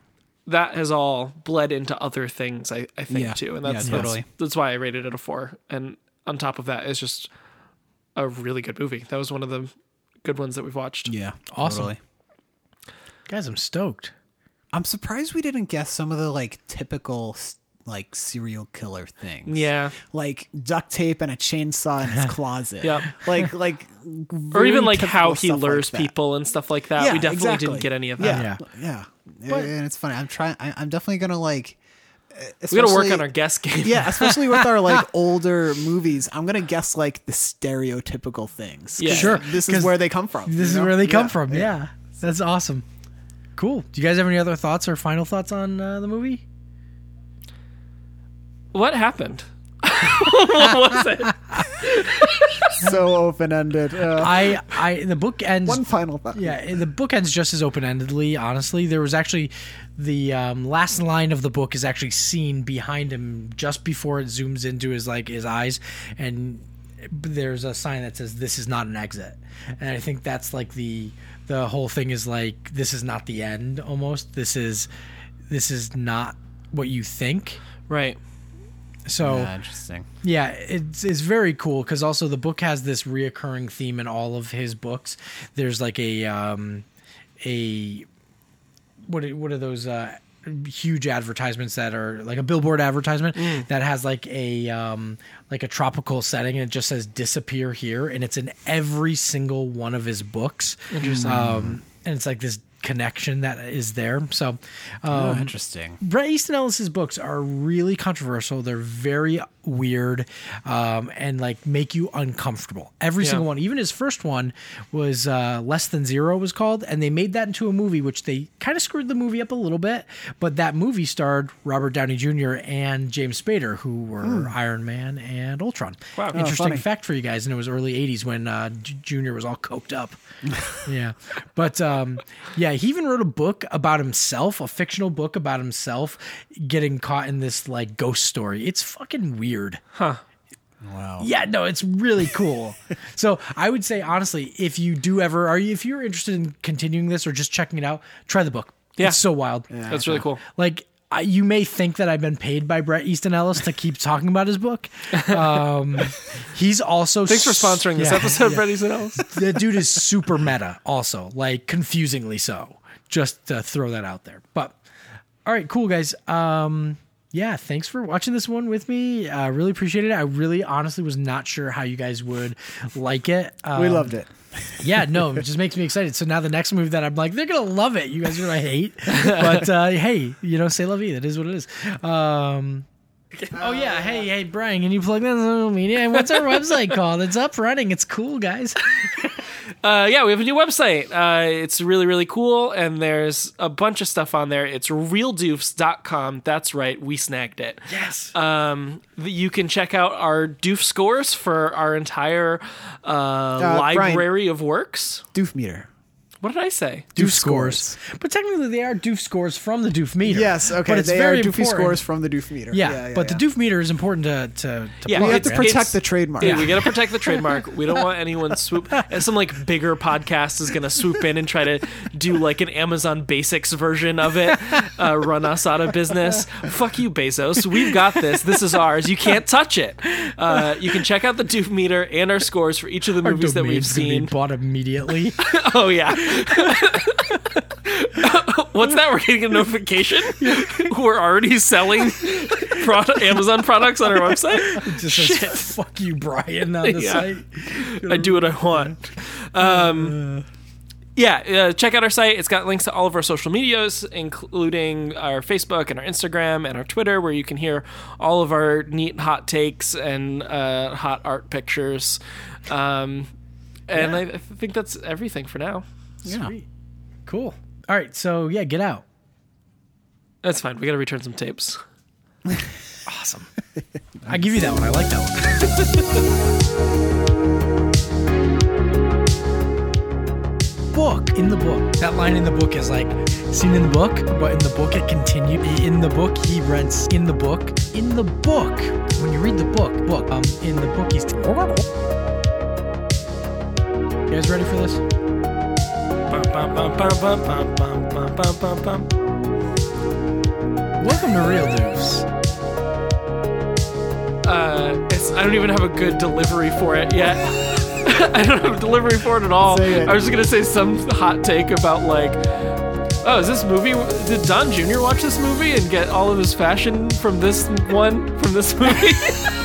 that has all bled into other things I, I think Yeah. too and that's, Yeah, that's totally. that's why I rated it a 4 and on top of that it's just a really good movie that was one of the good ones that we've watched Yeah. Awesome. totally. guys i'm stoked I'm surprised we didn't guess some of the like typical s- like serial killer things. yeah Like duct tape and a chainsaw in his closet. Yep. Like like or very even like typical how he stuff like lures that. people and stuff like that Yeah, we definitely didn't exactly. get any of that Yeah. Yeah. and it's funny. I'm trying I, I'm definitely going to like uh, we gotta work especially- on our guess game Yeah, especially with our like older movies, I'm gonna guess like the stereotypical things. 'Cause Yeah. Sure, this is 'cause where they come from. this you is know? where they come Yeah. from yeah. that's awesome cool do you guys have any other thoughts or final thoughts on uh, the movie what happened what was it So open ended. Uh, i i the book ends one final thought. Yeah, and the book ends just as open endedly. Honestly, there was actually the um, last line of the book is actually seen behind him just before it zooms into his like his eyes, and there's a sign that says "This is not an exit," and I think that's like the the whole thing is like this is not the end. Almost this is this is not what you think. right So Yeah, interesting. yeah, it's it's very cool because also the book has this reoccurring theme in all of his books. There's like a um, a what are, what are those uh, huge advertisements that are like a billboard advertisement Mm. that has like a um, like a tropical setting and it just says disappear here and it's in every single one of his books. Interesting. Um, and it's like this connection that is there. So um, oh, interesting. Bret Easton Ellis's books are really controversial. They're very weird, um, and like make you uncomfortable. Every Yeah. single one. Even his first one was uh, Less Than Zero was called, and they made that into a movie, which they kind of screwed the movie up a little bit. But that movie starred Robert Downey Jr. and James Spader, who were Iron Man and Ultron. Wow. Oh, funny. interesting fact for you guys. And it was early '80s when uh, J- Jr. was all coked up. yeah, but um, yeah, he even wrote a book about himself, a fictional book about himself getting caught in this like ghost story. It's fucking weird. Wow. Yeah, no, it's really cool. so I would say honestly, if you do ever are you if you're interested in continuing this or just checking it out, try the book. Yeah. It's so wild. that's really cool Like I, you may think that I've been paid by Brett Easton Ellis to keep talking about his book. Um, he's also Thanks for sponsoring this yeah, episode, yeah. Brett Easton Ellis. the dude is super meta, also like confusingly so. Just to throw that out there. But all right, cool guys. Um, yeah, thanks for watching this one with me. Uh, really appreciate it. I really, honestly, was not sure how you guys would like it. Um, we loved it. yeah, no, it just makes me excited. So now the next move that I'm like, they're gonna love it. You guys are gonna hate, but uh, hey, you know, say la vie. That is what it is. Um, oh yeah, hey, hey, Brian, can you plug that in social media? And What's our website called? It's up running. It's cool, guys. Uh, yeah, we have a new website. Uh, it's really, really cool, and there's a bunch of stuff on there. It's realdoofs.com. That's right, we snagged it. Yes. Um, th- you can check out our doof scores for our entire uh, Brian. library of works. Doof meter. What did I say? Doof scores, but technically they are doof scores from the doof meter. Yes, okay. But it's they very are doofy important. scores from the doof meter. Yeah, but the doof meter is important to to, to Yeah, plug, We have to right? It's- protect the trademark. Dude, we gotta protect the trademark. We don't want anyone swoop. And some like bigger podcast is gonna swoop in and try to do like an Amazon Basics version of it, uh, run us out of business. Fuck you, Bezos. We've got this. This is ours. You can't touch it. Uh, you can check out the Doof Meter and our scores for each of the Our movies that we've domain's gonna be seen. bought immediately. Oh yeah. What's that? We're getting a notification. We're already selling product, Amazon products on our website. just says, "Fuck you, Brian." On the Yeah. site. I do what I want. Um, yeah, uh, check out our site. It's got links to all of our social medias, including our Facebook and our Instagram and our Twitter, where you can hear all of our neat hot takes and uh, hot art pictures. Um, and I, I think that's everything for now. Yeah. Cool. All right, so yeah, get out. That's fine. We got to return some tapes. Awesome. I give you that one. I like that one. book in the book. That line in the book is like seen in the book, but in the book it continued. In the book he rents. In the book. In the book. When you read the book, book. Um, in the book he's. You guys ready for this? Bum, bum, bum, bum, bum, bum, bum, bum, bum, bum. Welcome to Real Doofs. uh, it's, I don't even have a good delivery for it yet. I don't have a delivery for it at all. Say it. I was just gonna say some hot take about like, oh, is this movie? Did Don Jr. watch this movie and get all of his fashion from this one from this movie?